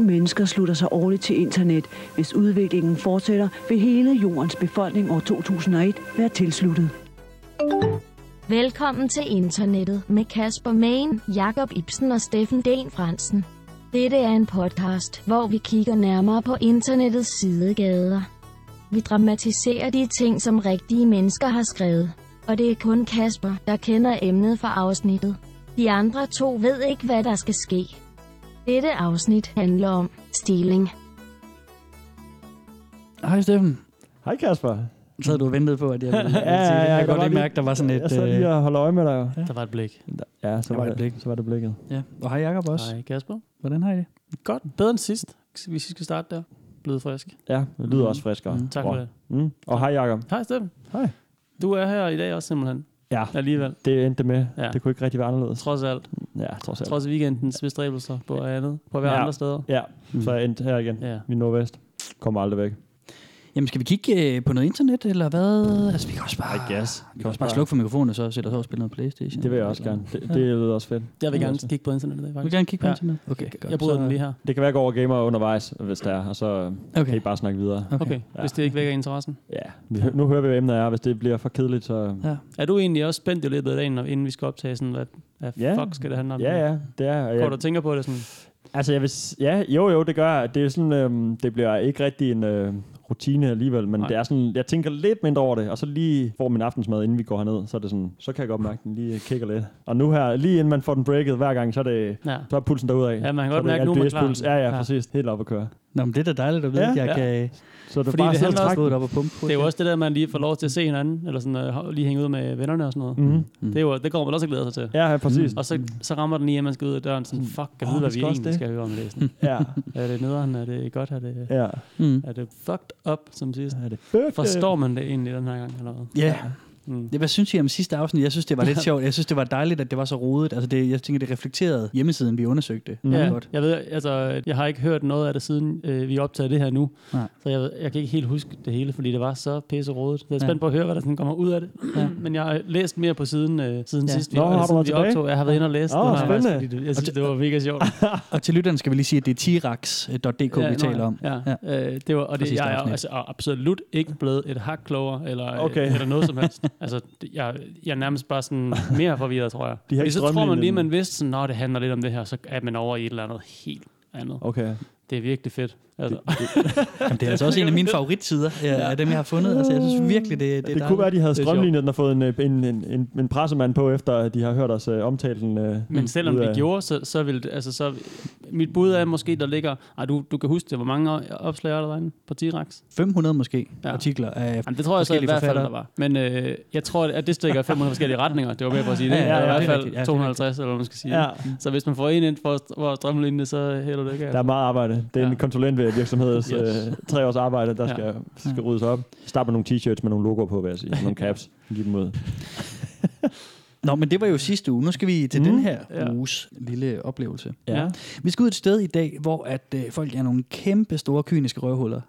mennesker slutter sig årligt til internet. Hvis udviklingen fortsætter, vil hele jordens befolkning år 2001 være tilsluttet. Velkommen til internettet med Kasper Main, Jakob Ibsen og Steffen Den Fransen. Dette er en podcast, hvor vi kigger nærmere på internettets sidegader. Vi dramatiserer de ting, som rigtige mennesker har skrevet. Og det er kun Kasper, der kender emnet for afsnittet. De andre to ved ikke, hvad der skal ske. Dette afsnit handler om stealing. Hej Steffen. Hej Kasper. Så havde du ventet på, at jeg ville ja, sige det. Jeg kan godt lige mærke, der var sådan et... Jeg sad lige øh, og holdt øje med dig. jo. Der var et blik. Ja, så Der var, var et det, blik. så var det blikket. ja. Og hej Jakob også. Hej Kasper. Hvordan har I det? Godt. Bedre end sidst, hvis vi skal starte der. Blevet frisk. Ja, det lyder også friskere. Mm. Tak Wow. for det. Mm. Og hej Jacob. Hej Steffen. Hej. Du er her i dag også simpelthen. Ja, Alligevel. det endte det med. Ja. Det kunne ikke rigtig være anderledes. Trods alt. Ja, trods alt. Trods weekendens bestræbelser på andet. På hver Ja. ja. andre steder. Ja, så jeg endte her igen. Ja. Vi er nordvest. Kommer aldrig væk. Jamen, skal vi kigge øh, på noget internet, eller hvad? Altså, vi kan også bare, I guess. vi kan også bare slukke for mikrofonen, og så sætte os over og spille noget Playstation. Det vil jeg også Eller- gerne. Det, det lyder også fedt. Jeg vil gerne Altså. kigge på internettet i dag, Du vil faktisk. gerne kigge på Ja. internet? Okay, godt. Jeg bryder Så- den lige her. Det kan være, at jeg går over gamer undervejs, hvis der er, og så øh, kan Okay. I bare snakke videre. Okay. Okay, hvis det ikke vækker interessen. Ja, vi- nu hører vi, hvad emnet er. Hvis det bliver for kedeligt, så... Ja. Er du egentlig også spændt i løbet af dagen, når- inden vi skal optage sådan, hvad, hvad Ja. fuck skal det handle om? Ja, ja, det er. og Går Jeg, du og tænker på det sådan, Altså, jeg vil, s- ja, jo, jo, det gør jeg. Det, er sådan, øhm, det bliver ikke rigtig en øh, rutine alligevel, men Nej. Nej. det er sådan, jeg tænker lidt mindre over det, og så lige får min aftensmad, inden vi går herned, så er det sådan, så kan jeg godt mærke, at den lige kigger lidt. Og nu her, lige inden man får den breaket hver gang, så er, det, ja, så er pulsen derudad. Ja, man kan godt så mærke, nu er man klar. Puls. Ja, ja, Ja. præcis. Helt op at køre. Nå, men det er da dejligt at vide, Ja, at jeg ja. kan Så det er Fordi bare det at sidde og handler også trække. både op og pumpe. det er jo også det der, man lige får lov til at se hinanden, eller sådan, øh, lige hænge ud med vennerne og sådan noget. Mhm. Mm. Det, Mhm. er jo, det går man også og glæder sig til. Ja, ja, præcis. Mm. Og så, så rammer den lige, at man skal ud af døren, sådan, fuck, kan Åh, oh, vide, Ah, vi hvad vi skal også egentlig det. skal høre om det. Sådan, Ja, er det nederen, er det godt, er det, ja. Mm. er det fucked up, som siges? Er det fedt? Forstår man det egentlig den her gang, eller hvad? Ja. Mm. Ja, Hvad synes I om sidste afsnit? Jeg synes, det var lidt sjovt. Jeg synes, det var dejligt, at det var så rodet. Altså, det, jeg tænker, det reflekterede hjemmesiden, vi undersøgte. Mm. Meget Ja, Godt. jeg ved, altså, jeg har ikke hørt noget af det, siden øh, vi optagede det her nu. Nej. Så jeg, ved- jeg kan ikke helt huske det hele, fordi det var så pisserådet. Jeg er Ja. spændt på at høre, hvad der sådan kommer ud af det. Ja. Ja. Men jeg har læst mere på siden, øh, siden Ja. ja. sidst, vi, Nå, har du eller siden været vi tilbage? optog. Jeg har været inde og læst Åh, den her, faktisk, spændende. fordi det- Jeg synes, det var mega sjovt. Og til lytteren skal vi lige sige, at det er tirax.dk, ja, vi nå taler om. Ja. Ja. Øh, det var, og Fra det, sidste jeg er afsnit. altså, er absolut ikke blevet et hak klogere, eller, Okay. okay. eller noget som helst. altså, det- jeg, jeg er nærmest bare sådan mere forvirret, tror jeg. De har Fordi ikke så tror man lige, strømlinet man vidste, sådan, nå, det handler lidt om det her, så er man over i et eller andet helt andet. Okay. Det er virkelig fedt. Altså, Jamen, det er altså også en af mine favoritsider ja, af dem, jeg har fundet. Altså, jeg synes virkelig, det, det, Det, er det kunne være, dejligt. at de havde Det er strømlignet den og fået en, øh, en, en, en, en pressemand på, efter at de har hørt os øh, omtale den. Øh, men selvom ud det af- gjorde, så, så vil det, altså, så, mit bud er måske, der ligger, ej, du, du kan huske det, hvor mange opslag er der derinde på T-Rex? 500 måske Ja. artikler af... Jamen, det tror jeg så i Forskellige hvert fald, der forfattere. var. Men øh, jeg tror, at det stikker i 500 forskellige retninger. Det var mere for at sige det. Ja, ja, Der er ja, i det er hvert rigtigt. Ja, det fald er 250, eller hvad man skal sige. Ja, Så hvis man får en ind for, for at strømligne det, så hælder det ikke af. der er meget arbejde. Det er en Ja. konsulent ved virksomhedens Yes. øh, tre års arbejde, der Ja. skal, skal ryddes op. Start med nogle t-shirts med nogle logoer på, vil jeg sige. Nogle caps. Giv dem ud. Nå, men det var jo sidste uge. Nu skal vi til mm. den her ja. Ja. uges lille oplevelse. Ja. Vi skal ud et sted i dag, hvor at øh, folk er nogle kæmpe store kyniske røvhuller.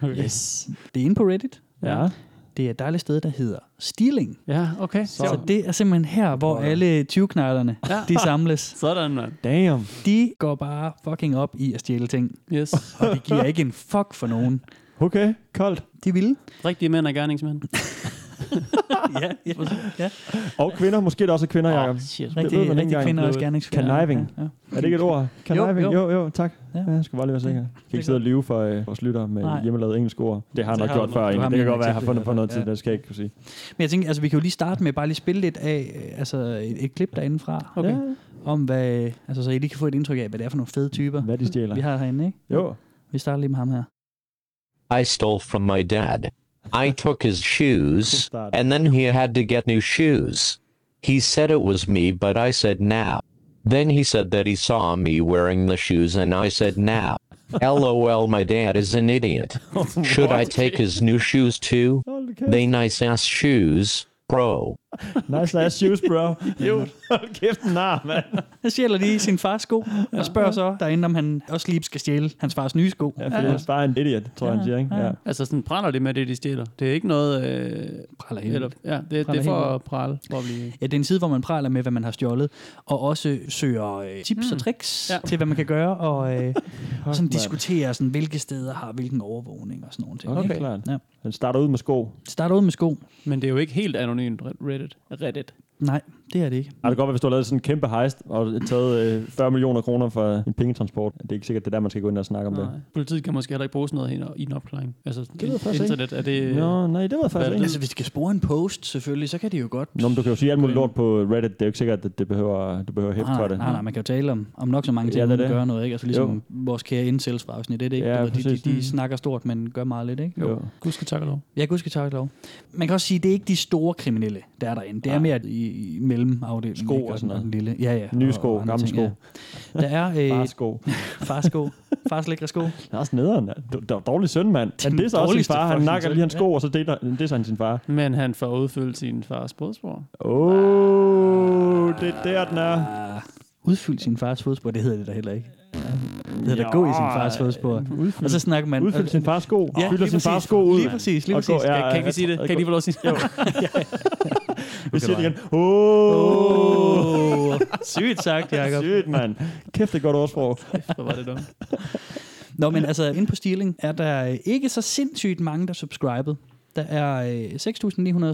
Okay. Yes. Det er inde på Reddit. Ja. Det er et dejligt sted, der hedder Stealing. Ja, okay. Så, så det er simpelthen her, hvor Wow. alle 20-knejlerne, Ja. de samles. Sådan, mand. Damn. De går bare fucking op i at stjæle ting. Yes. Og de giver ikke en fuck for nogen. Okay, koldt. De vil. Rigtige mænd er gerningsmænd. Ja, ja, ja. Og kvinder. Måske er der også kvinder, Jacob. Åh, shit. ved man Rigtig, ikke rigtig engang. kvinder er også gerne Conniving. Ja, ja. Er det ikke et ord? Conniving? Jo, Jo, jo, tak. Ja. Ja. jeg skulle bare lige være sikker. Jeg kan ikke sidde og lyve for øh, vores lytter med Nej. hjemmelavede engelske ord. Det har jeg Det nok har du gjort nok. før. Du egentlig. har Det kan mere godt være, jeg har fundet eksempler på i noget hvert fald. tid, det skal jeg ikke kunne sige. Men jeg tænker, altså, vi kan jo lige starte med bare lige spille lidt af øh, altså, et, et klip derinde fra, Okay. om hvad, altså, så I lige kan få et indtryk af, hvad det er for nogle fede typer, Hvad de stjæler. vi har herinde. Ikke? Jo. Vi starter lige med ham her. I stole from my dad. I took his shoes, Start. and then he had to get new shoes. He said it was me, but I said nah. Then he said that he saw me wearing the shoes, and I said nah. LOL, my dad is an idiot. Should I take his new shoes too? Hold kæft. They nice ass shoes, bro. Nice last shoes, bro. jo. Hold kæft, nar, mand. Han stjæler lige sin fars sko, og spørger så derinde, om han også lige skal stjæle hans fars nye sko. Ja, fordi han er bare en idiot, tror jeg, han siger, ikke? Ja. Altså, sådan praler det med det, de stjæler. Det er ikke noget... Øh, Praler helt eller, ja, det, det Praler er for helt at prale. For at blive. Ja, det er en side, hvor man praler med, hvad man har stjålet, og også søger øh, tips mm. og tricks ja. Ja. til, hvad man kan gøre, og, øh, og sådan diskuterer, sådan, hvilke steder har hvilken overvågning og sådan nogle ting. Okay, ikke? klart. Ja. Han starter ud med sko. Start ud med sko. Men det er jo ikke helt anonymt Reddit. Reddit. Nej, det er det ikke. Ej, det kan godt være, hvis du har lavet sådan en kæmpe heist og taget øh, 40 millioner kroner for en pengetransport. Det er ikke sikkert, det er der, man skal gå ind og snakke om Nej. Politiet kan måske heller ikke bruge sådan noget hen i en opklaring. Altså, ved jeg faktisk internet, er det... det. Nå, nej, det var faktisk Altså, ikke. hvis de kan spore en post, selvfølgelig, så kan de jo godt... Nå, men du kan jo sige alt muligt lort på Reddit. Det er jo ikke sikkert, at det behøver, du behøver hæft for Nej, det. nej, nej, man kan jo tale om, om nok så mange ting, Ja, ja, det er man det. gør noget, ikke? Altså ligesom Jo. jo. vores kære incels fra afsnit 1, ikke? Ja, Du ved, de, de, præcis. Mm. de, snakker stort, men gør meget lidt, ikke? Jo. Gud skal takke og lov. Jeg kan huske, tak lov. Man kan også sige, at det er ikke de store kriminelle, der er derinde. Det er Nej. mere i, i mellemafdelingen. Sko ikke? og den- sådan noget. den lille. Ja, ja. Nye og- sko, og andre gamle ting, ja. Der er Bare øh, sko. farsko, fars lækre sko. Det er også nederen. mand. Du- du- Dårlig søn, mand. Han Den disser også sin dårligste far. Han fucking nakker søn, lige hans ja. sko, og så deler- disser han sin far. Men han får udfyldt sin fars brødspor. Åh, Uh, det er der, den er. Ah, udfyld sin fars fodspor, det hedder det da heller ikke. Det hedder da gå i sin fars fodspor. Altså, Og så snakker man... Udfylder sin fars sko. Ja, Fylder lige sin fars præcis. sko ud. Lige præcis, lige Og præcis. Ja, kan ikke vi sige det? Kan jeg lige få lov at sige det? Vi siger det igen. Åh, Åh, Sygt sagt, Jacob. sygt, mand. Kæft, det er godt ordsprog. Hvor var det dumt. Nå, men altså, inde på Stealing er der øh, ikke så sindssygt mange, der er subscribet. Der er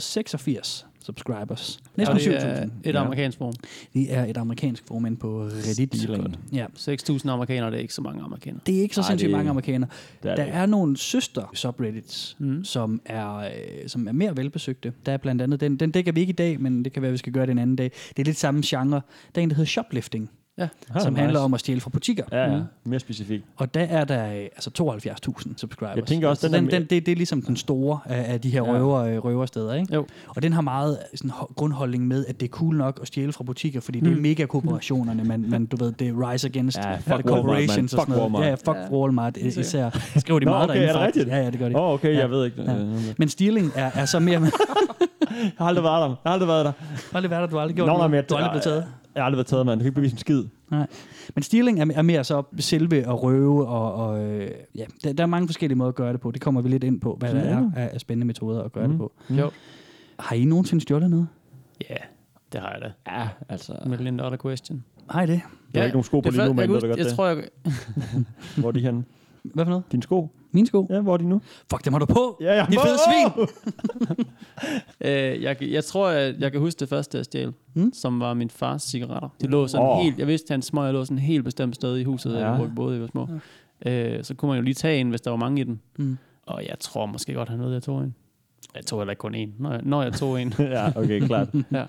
øh, 6.986 subscribers. Næsten Og det 7.000. er et Ja. amerikansk form. Det er et amerikansk formand på Reddit. Stealing. Ja. 6.000 amerikanere, det er ikke så mange amerikanere. Det er ikke så Ej, sindssygt det er- mange amerikanere. Det er der det. er nogle søster subreddits, Mm. mm. som, er, øh, som er mere velbesøgte. Der er blandt andet den, den dækker vi ikke i dag, men det kan være, vi skal gøre det en anden dag. Det er lidt samme genre. Der er en, der hedder shoplifting, Ja. Ah, som nice. handler om at stjæle fra butikker. Mm. Ja, ja. Mere specifikt. Og der er der øh, altså 72.000 subscribers. Jeg tænker også, Så den er den, mere- den, det, det er ligesom den store af, af de her Ja. røver, øh, røversteder, ikke? Jo. Og den har meget øh, sådan, ho- grundholdning med, at det er cool nok at stjæle fra butikker, fordi det er mega korporationerne, man, man, du ved, det er rise against Mm. Ja, ja, fuck the corporations Walmart, og man. sådan Fuck noget. Ja, fuck ja. Walmart øh, især. Det skriver de Nå, meget okay, derinde, er det faktisk. rigtigt? Ja, ja, det gør de. Åh, oh, okay, Ja. jeg ved ikke. Øh, Men stealing er, er så mere... Har Jeg har aldrig været der. Jeg har aldrig været der. aldrig været der, du har aldrig gjort Nå, nej, noget. men jeg- Du har aldrig blevet taget. Jeg har aldrig været taget, mand. Du kan ikke bevise en skid. Nej. Men stealing er, er mere så selve at røve, og, og øh, ja, der, der er mange forskellige måder at gøre det på. Det kommer vi lidt ind på, hvad der er af, af spændende metoder at gøre mm. det på. Jo. Har I nogensinde stjålet noget? Ja, det har jeg da. Ja, altså. Million dollar question. Nej, det. Du har ikke nogen sko på det lige nu, første- men jeg, ved husker- du godt jeg det? tror, jeg, Hvor er de henne? Hvad for noget? Dine sko? Mine sko? Ja. Ja, hvor er de nu? Fuck, dem har du på! Ja, ja. De fede Åh! svin! Øh, jeg, jeg tror, jeg, jeg kan huske det første, jeg stjal, Hmm? mm? som var min fars cigaretter. De lå sådan Åh. oh. helt, jeg vidste, at han smøg jeg lå sådan helt bestemt sted i huset, Ja. ja. hvor vi boede, vi var små. Ja. Øh, så kunne man jo lige tage en, hvis der var mange i den. Mm. Og jeg tror måske godt, han ved, at jeg tog en. Jeg tog heller ikke kun en, når jeg, når jeg tog en. ja, okay, klart. ja.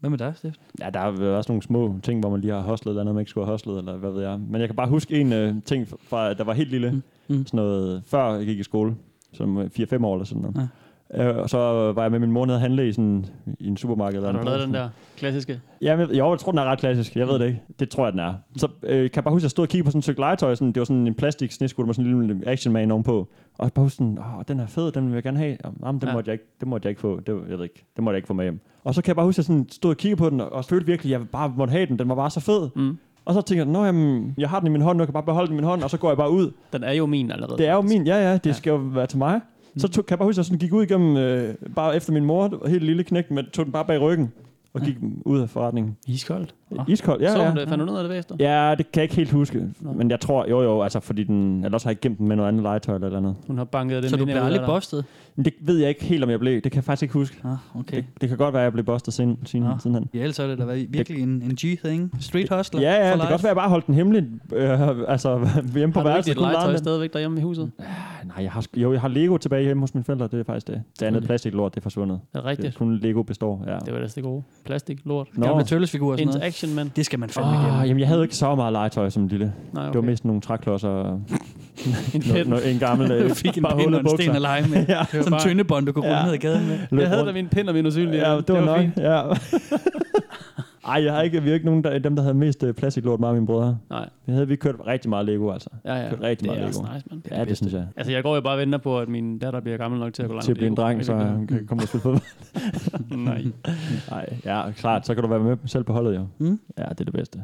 Hvad med dig, Steffen? Ja, der er vel også nogle små ting, hvor man lige har hostlet, eller noget, man ikke skulle have hostlet, eller hvad ved jeg. Men jeg kan bare huske en øh, ting, fra, der var helt lille, mm. Mm. sådan noget, før jeg gik i skole, som øh, 4-5 år eller sådan noget. Ja. Øh, og så var jeg med min mor nede og handle i, sådan, i en supermarked. Eller Har du en lavet brug- den der klassiske? Ja, men, jo, jeg tror, den er ret klassisk. Jeg ved det ikke. Det tror jeg, den er. Så øh, kan jeg bare huske, at jeg stod og kiggede på sådan et stykke legetøj. Sådan, det var sådan en plastik sneskutter med sådan en lille action man ovenpå. Og jeg bare huske sådan, åh, den er fed, den vil jeg gerne have. Jamen, den, ja. Ja. måtte jeg ikke, den måtte jeg ikke få. Det, var- jeg ved ikke, den måtte jeg ikke få med hjem. Og så kan jeg bare huske, at jeg sådan stod og kiggede på den, og, og følte virkelig, at jeg bare måtte have den. Den var bare så fed. Mm. Og så tænker jeg, nå jamen, jeg har den i min hånd, nu jeg kan bare beholde den i min hånd, og så går jeg bare ud. Den er jo min allerede. Det er jo min, ja Mm. ja, det skal jo være til mig. Så tog, kan jeg bare huske, at jeg sådan gik ud igennem, øh, bare efter min mor, helt lille knægt, men tog den bare bag ryggen og gik ud af forretningen. Iskoldt. Iskold, ja, Ja, så ja. hun øh, det? Fandt hun ud af det bagefter? Ja, det kan jeg ikke helt huske. Men jeg tror, jo jo, altså fordi den... Eller også har jeg gemt den med noget andet legetøj eller et eller andet. Hun har banket den Så du ind i bliver hovedet aldrig af dig. bustet? Men det ved jeg ikke helt, om jeg blev. Det kan jeg faktisk ikke huske. Ah, okay. Det, det kan godt være, at jeg blev bustet sin, sin, Nå. sidenhen. Ja, ellers er det da virkelig en, en G-thing. Street hustler Ja, ja, for det kan life. også være, at jeg bare holdt den hemmelig. Øh, altså, hjemme på Har du ikke værelset. dit kun lejede legetøj den. stadigvæk derhjemme i huset? Ja. Ah, Nej, jeg har, sgu- jo, jeg har Lego tilbage hjemme hos mine forældre. Det er faktisk det. Det andet plastiklort, det er forsvundet. Er det Det er rigtigt? kun Lego består, ja. Det var ellers det gode. Plastik, lort. Nå, Gamle tøllesfigurer og sådan noget. Interaction, men... Det skal man fandme oh, oh, jamen, jeg havde ikke så meget legetøj som lille. Okay. Nej, okay. Det var mest nogle træklodser og en no, no, en gammel øh, Du fik en bare pind hullet og en sten at bukser. lege med. Ja. Sådan en bare- tyndebånd, du kunne rulle Ja. ned ad gaden med. Løb Jeg havde rundt. da min pind og min usynlige. Ja, det var, nok. fint. Ja. Ej, jeg har ikke, vi er ikke nogen, der, dem, der havde mest øh, plastiklort, mig og mine brødre. Nej, Vi havde vi kørt rigtig meget Lego, altså. ja, ja. Kørt rigtig det meget er Lego. også nice, man. Ja, det synes jeg. Altså, jeg går jo bare og venter på, at min datter bliver gammel nok til at gå langt. Til at blive en dreng, så han kan komme og spille på. Nej. Nej, ja, klart. Så kan du være med selv på holdet, jo. Mm. Ja, det er det bedste.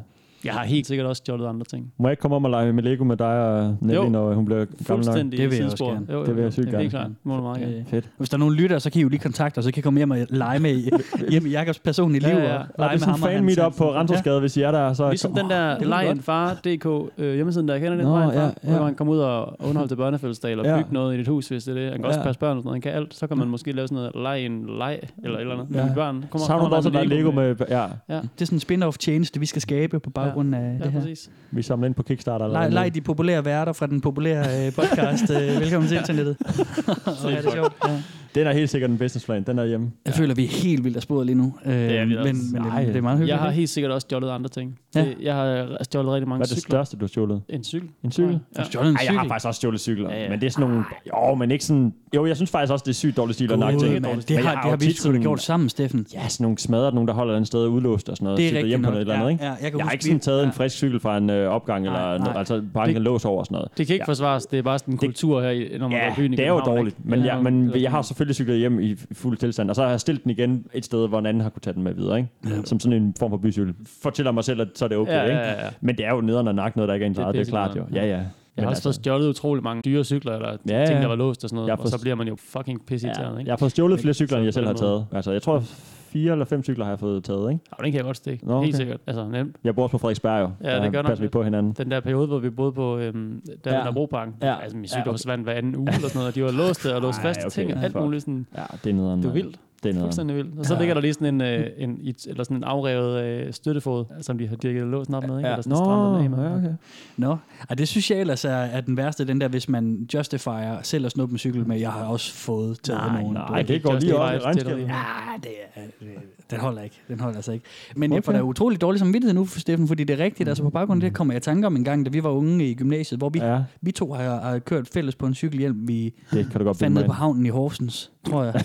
Jeg har helt sikkert også stjålet andre ting. Må jeg ikke komme om og lege med Lego med dig og Nelly, Jo. når hun bliver gammel nok? Fuldstændig Det vil jeg også sidespor. gerne. Jo, jo, Det vil jeg sygt Det er gerne. klart. Det Må du meget gerne. Øh, Fedt. Hvis der er nogen lytter, så kan I jo lige kontakte os, så kan I komme hjem og lege med hjemme i Jakobs personlige liv. Ja, ja. Og Og Der lege er sådan en fan meet op på Ramsgade, hvis I er der. Så Ligesom den der det lyder lejendfar.dk øh, hjemmesiden, der kender den Nå, Lion Far, ja, ja. hvor man kommer ud og underholde til børnefødselsdag, eller Ja. bygge noget i dit hus, hvis det er det. Han kan også Ja. passe børn og sådan noget. Han kan alt. Så kan man måske lave sådan noget leg en leg, eller et eller andet. Ja. Ja. Med børn. Kom, Savner du også, at der er Lego med... Ja, Det er sådan en spin-off change, det vi skal skabe på baggrund af Ja, det her. præcis. vi samler ind på Kickstarter. eller Leg, noget. leg de populære værter fra den populære øh, podcast. øh, Velkommen til internettet. og er det sjovt. Ja. Den er helt sikkert en businessplan, den er hjemme. Jeg føler, vi er helt vildt af sporet lige nu. Øh, er men vi men også. det, Nej. det er meget hyggeligt. Jeg har helt sikkert også stjålet andre ting. Ja. Det, jeg har stjålet rigtig mange Hvad er det cykler. største, du har stjålet? En cykel. En cykel? Ja. ikke? Stjålet en Ej, jeg cykel. har faktisk også stjålet cykler, Ja, ja. men det er sådan nogle... Jo, men ikke sådan... Jo, jeg synes faktisk også, det er sygt dårlig stil at nakke Gud, ting. mand, Men det jeg har, det jo har vi tit sgu da sådan- gjort sammen, Steffen. Ja, sådan nogle smadret, nogen der holder et andet sted udlåst og sådan noget. Det er cykler rigtigt hjem på nok. noget eller Ja, andet, ikke? ja, jeg kan jeg har huske, ikke sådan vi- taget en ja. frisk cykel fra en øh, opgang, eller nej. noget, altså bare en lås over og sådan noget. Det kan ikke ja. forsvares. Det er bare sådan en kultur her, i- når man Ja, går i byen i det er jo København, dårligt, ikke? men, Ja, ja, men eller jeg har sådan- selvfølgelig cyklet hjem i fuld tilstand, og så har jeg stillet den igen et sted, hvor en anden har kunne tage den med videre, ikke? som sådan en form for bycykel. Fortæller mig selv, at så er det okay, Ja, ikke? ja, ja, ja. men det er jo nederen at nakke noget, der ikke er ens Det er eget, det er klart jo. pissenederen. Ja, ja. Jeg har Men altså- også fået stjålet utrolig mange dyre cykler, eller Ja, ja, ting, ja. der var låst og sådan Jeg noget, har og så fået- bliver man jo fucking pissirriteret, ja, ikke? jeg har fået stjålet flere cykler, end jeg Så på selv har den måde. taget. Altså, jeg tror, fire eller fem cykler har jeg fået taget, ikke? Ja, den kan jeg godt stikke. Nå, okay. Helt sikkert. Altså, nemt. Jeg bor også på Frederiksberg jo. Ja, det Der gør nok passer vi lidt. på hinanden. Den der periode, hvor vi boede på øhm, der Ja. ja. Nørrebroparken. Ja. Ja. Altså, min Ja, cykel okay. ja, okay. forsvandt hver anden uge eller sådan noget, og de var låste og låst Ej, fast okay. okay. ting og alt Fuck. muligt. Sådan, Ja, det er nederen. det er mand. vildt. Det er nederen. Fuldstændig vildt. Og så Ja. ligger der lige sådan en, øh, en, it- eller sådan en afrevet øh, støttefod, som de har dirket låsen op med, ikke? Eller sådan Nå, strammet den af med. ja, okay. Nå, Ej, det synes jeg ellers er, er den værste, den der, hvis man justifier selv at snuppe en cykel med, jeg har også fået taget Nej, nogen. Nej, det går Just lige op i advice til regnskabet. dig. Ja, det er, det- den holder ikke. Den holder altså ikke. Men okay. jeg får Okay. Mm. da utrolig dårlig samvittighed nu, Steffen, fordi det er rigtigt. Altså på baggrund af det kommer jeg i tanke om en gang, da vi var unge i gymnasiet, hvor vi, ja. Ja, vi to har, har kørt fælles på en cykelhjelm. Vi det kan du godt fandt bilde mig ned på ind. havnen i Horsens, tror jeg. Der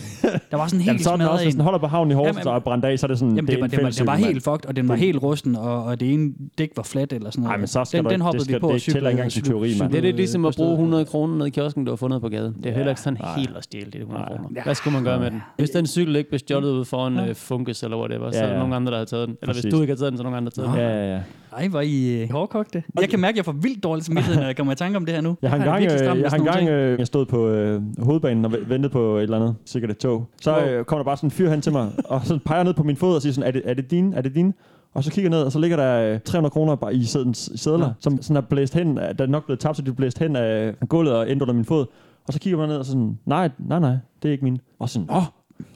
var sådan Jamen, en helt så er den også, smadret hvis den en. holder på havnen i Horsens Jamen, og er brændt af, så er det sådan, Jamen, det, var, en det, var, fælles det var cykel, mand. helt fucked, og den var Det- helt rusten, og, og det ene dæk var fladt eller sådan noget. Ej, men så skal den, du- den det hoppede vi skal- på det og cyklede. tæller ikke engang til cyklede- teori, mand. Det er lidt cyklede ligesom at afsted. bruge 100 kroner nede i kiosken, du har fundet på gaden. Det er ja. heller ikke sådan Nej. helt at stjæle det 100 Nej. Mm. kroner. Hvad skulle man gøre med den? Hvis den cykel ikke blev stjålet ude foran øh, Funkes eller whatever, så Ja, er der ja. nogen andre, der har taget den. Eller Præcis. hvis du ikke har taget den, så er der nogen andre, der har taget den. Ja, ja, ja. Ej, hvor er I øh, hårdkogte. Jeg kan mærke, at jeg får vildt dårlig samvittighed, når jeg kommer i tanke om det her nu. Jeg har Ej, det er engang, virkelig stramt øh, med jeg, har sådan nogle engang ting. øh, jeg stod på øh, hovedbanen og ve- ventede på et eller andet, sikkert et tog. Så øh, kom der bare sådan en fyr hen til mig, og så peger jeg ned på min fod og siger sådan, er det, er det din? Er det din? Og så kigger jeg ned, og så ligger der øh, 300 kroner bare i sædens sædler, ja. som sådan er blæst hen, af- der er nok blevet tabt, så de er blæst hen af gulvet og endt under min fod. Og så kigger man ned og sådan, nej, nej, nej, det er ikke min. Og sådan, åh,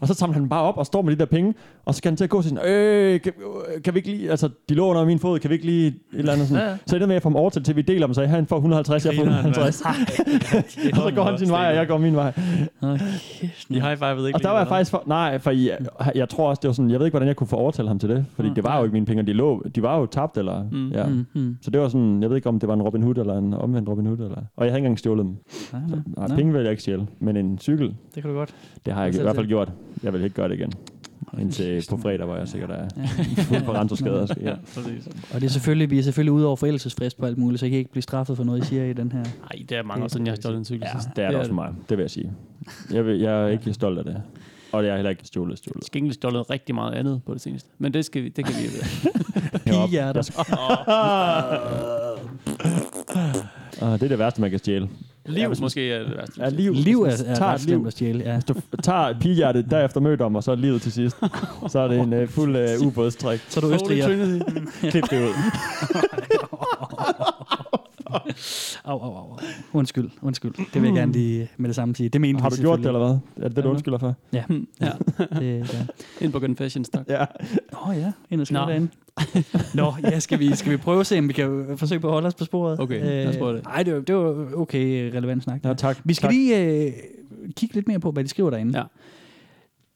og så samler han dem bare op og står med de der penge, og så skal han til at gå og sige sådan, øh, kan, øh, kan vi ikke lige, altså, de lå under min fod, kan vi ikke lige et eller andet sådan. Så ender med at få dem overtalt til, at vi deler dem, så han får 150, jeg får 150. Og så går han sin vej, og jeg går min vej. De high-fivede ikke. Og der var jeg faktisk... For, nej, for jeg, jeg tror også, det var sådan... Jeg ved ikke, hvordan jeg kunne få overtalt ham til det. Fordi det var jo ikke mine penge, og de, lå, de var jo tabt, eller... Mm. Ja. Mm, Mm-hmm. mm. Så det var sådan... Jeg ved ikke, om det var en Robin Hood, eller en omvendt Robin Hood, eller... Og jeg havde ikke engang stjålet dem. Så, nej, penge vil jeg ikke stjæle, men en cykel, Det kan du godt. det har jeg i hvert fald gjort. Jeg vil ikke gøre det igen. Indtil på fredag, hvor jeg sikkert er fuld på rentoskader. Ja. Og det er selvfølgelig, vi er selvfølgelig ude over forældelsesfrist på alt muligt, så I kan ikke blive straffet for noget, I siger i den her. Nej, det er mange år siden, jeg har stjålet en cykel. Ja, sidst. det er det også for mig. Det vil jeg sige. Jeg, vil, jeg er ikke stolt af det. Og jeg er heller ikke stjålet stjålet. Til gengæld stjålet rigtig meget andet på det seneste. Men det, skal vi, det kan vi vide. Pigehjerter. Og Ah, det er det værste, man kan stjæle. Liv måske er det værste. Ja, liv. Liv er, Hvis man er tager ret et liv. slemt at stjæle. Ja. Hvis du tager pigehjertet, derefter mødom, og så livet til sidst, så er det en uh, fuld uh, ubådstrik. Så er du østriger. Klip det ud. Au, au, au. au. Undskyld, undskyld. Det vil jeg gerne lige med det samme sige. Det mente Har vi du gjort det, eller hvad? Er det det, du undskylder for? selvfølgelig. Det, ja. Ind på Confessions, tak. Ja. Nå ja, ind og skrive Nå. derinde. Nå, ja, skal vi, skal vi prøve at se, om vi kan øh, forsøge på at holde os på sporet? Okay, lad os prøve det. Nej, det var, det var okay øh, relevant snak. ja tak. Vi skal tak. lige øh, kigge lidt mere på, hvad de skriver derinde. Ja.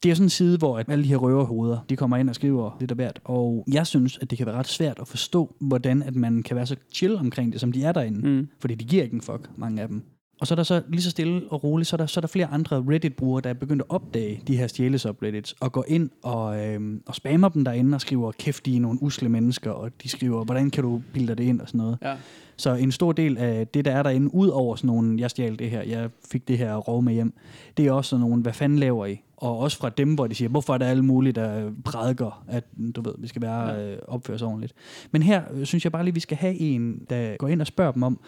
Det er sådan en side, hvor at alle de her røverhoveder, de kommer ind og skriver lidt af hvert. Og jeg synes, at det kan være ret svært at forstå, hvordan at man kan være så chill omkring det, som de er derinde. Mm. Fordi de giver ikke en fuck, mange af dem. Og så er der så lige så stille og roligt, så er der, så er der flere andre Reddit-brugere, der er begyndt at opdage de her stjælesubreddits, og går ind og, øh, og spammer dem derinde og skriver, kæft, de er nogle usle mennesker, og de skriver, hvordan kan du bilde dig det ind og sådan noget. Ja. Så en stor del af det, der er derinde, ud over sådan nogle, jeg stjal det her, jeg fik det her rov med hjem, det er også sådan nogle, hvad fanden laver I? Og også fra dem, hvor de siger, hvorfor er der alle mulige, der øh, prædiker, at mm, du ved, vi skal være ja. øh, opføre os ordentligt. Men her øh, synes jeg bare lige, vi skal have en, der går ind og spørger dem om,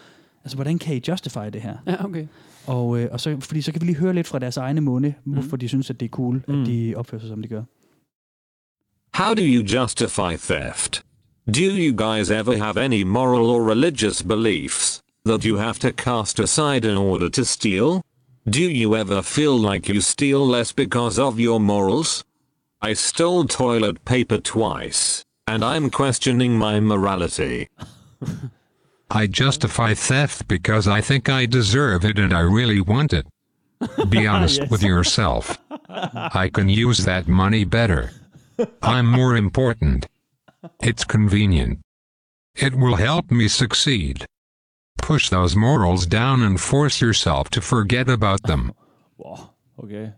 altså hvordan kan I justify det her? ja, okay. Og, øh, og så, fordi så kan vi lige høre lidt fra deres egne munde, hvorfor de synes, at det er cool, mm. Mm. at de opfører sig, som de gør. How do you justify theft? Do you guys ever have any moral or religious beliefs that you have to cast aside in order to steal? Do you ever feel like you steal less because of your morals? I stole toilet paper twice, and I'm questioning my morality. I justify theft because I think I deserve it and I really want it. Be honest with yourself. I can use that money better. I'm more important. It's convenient. It will help me succeed. Push those morals down and force yourself to forget about them. Wow, okay.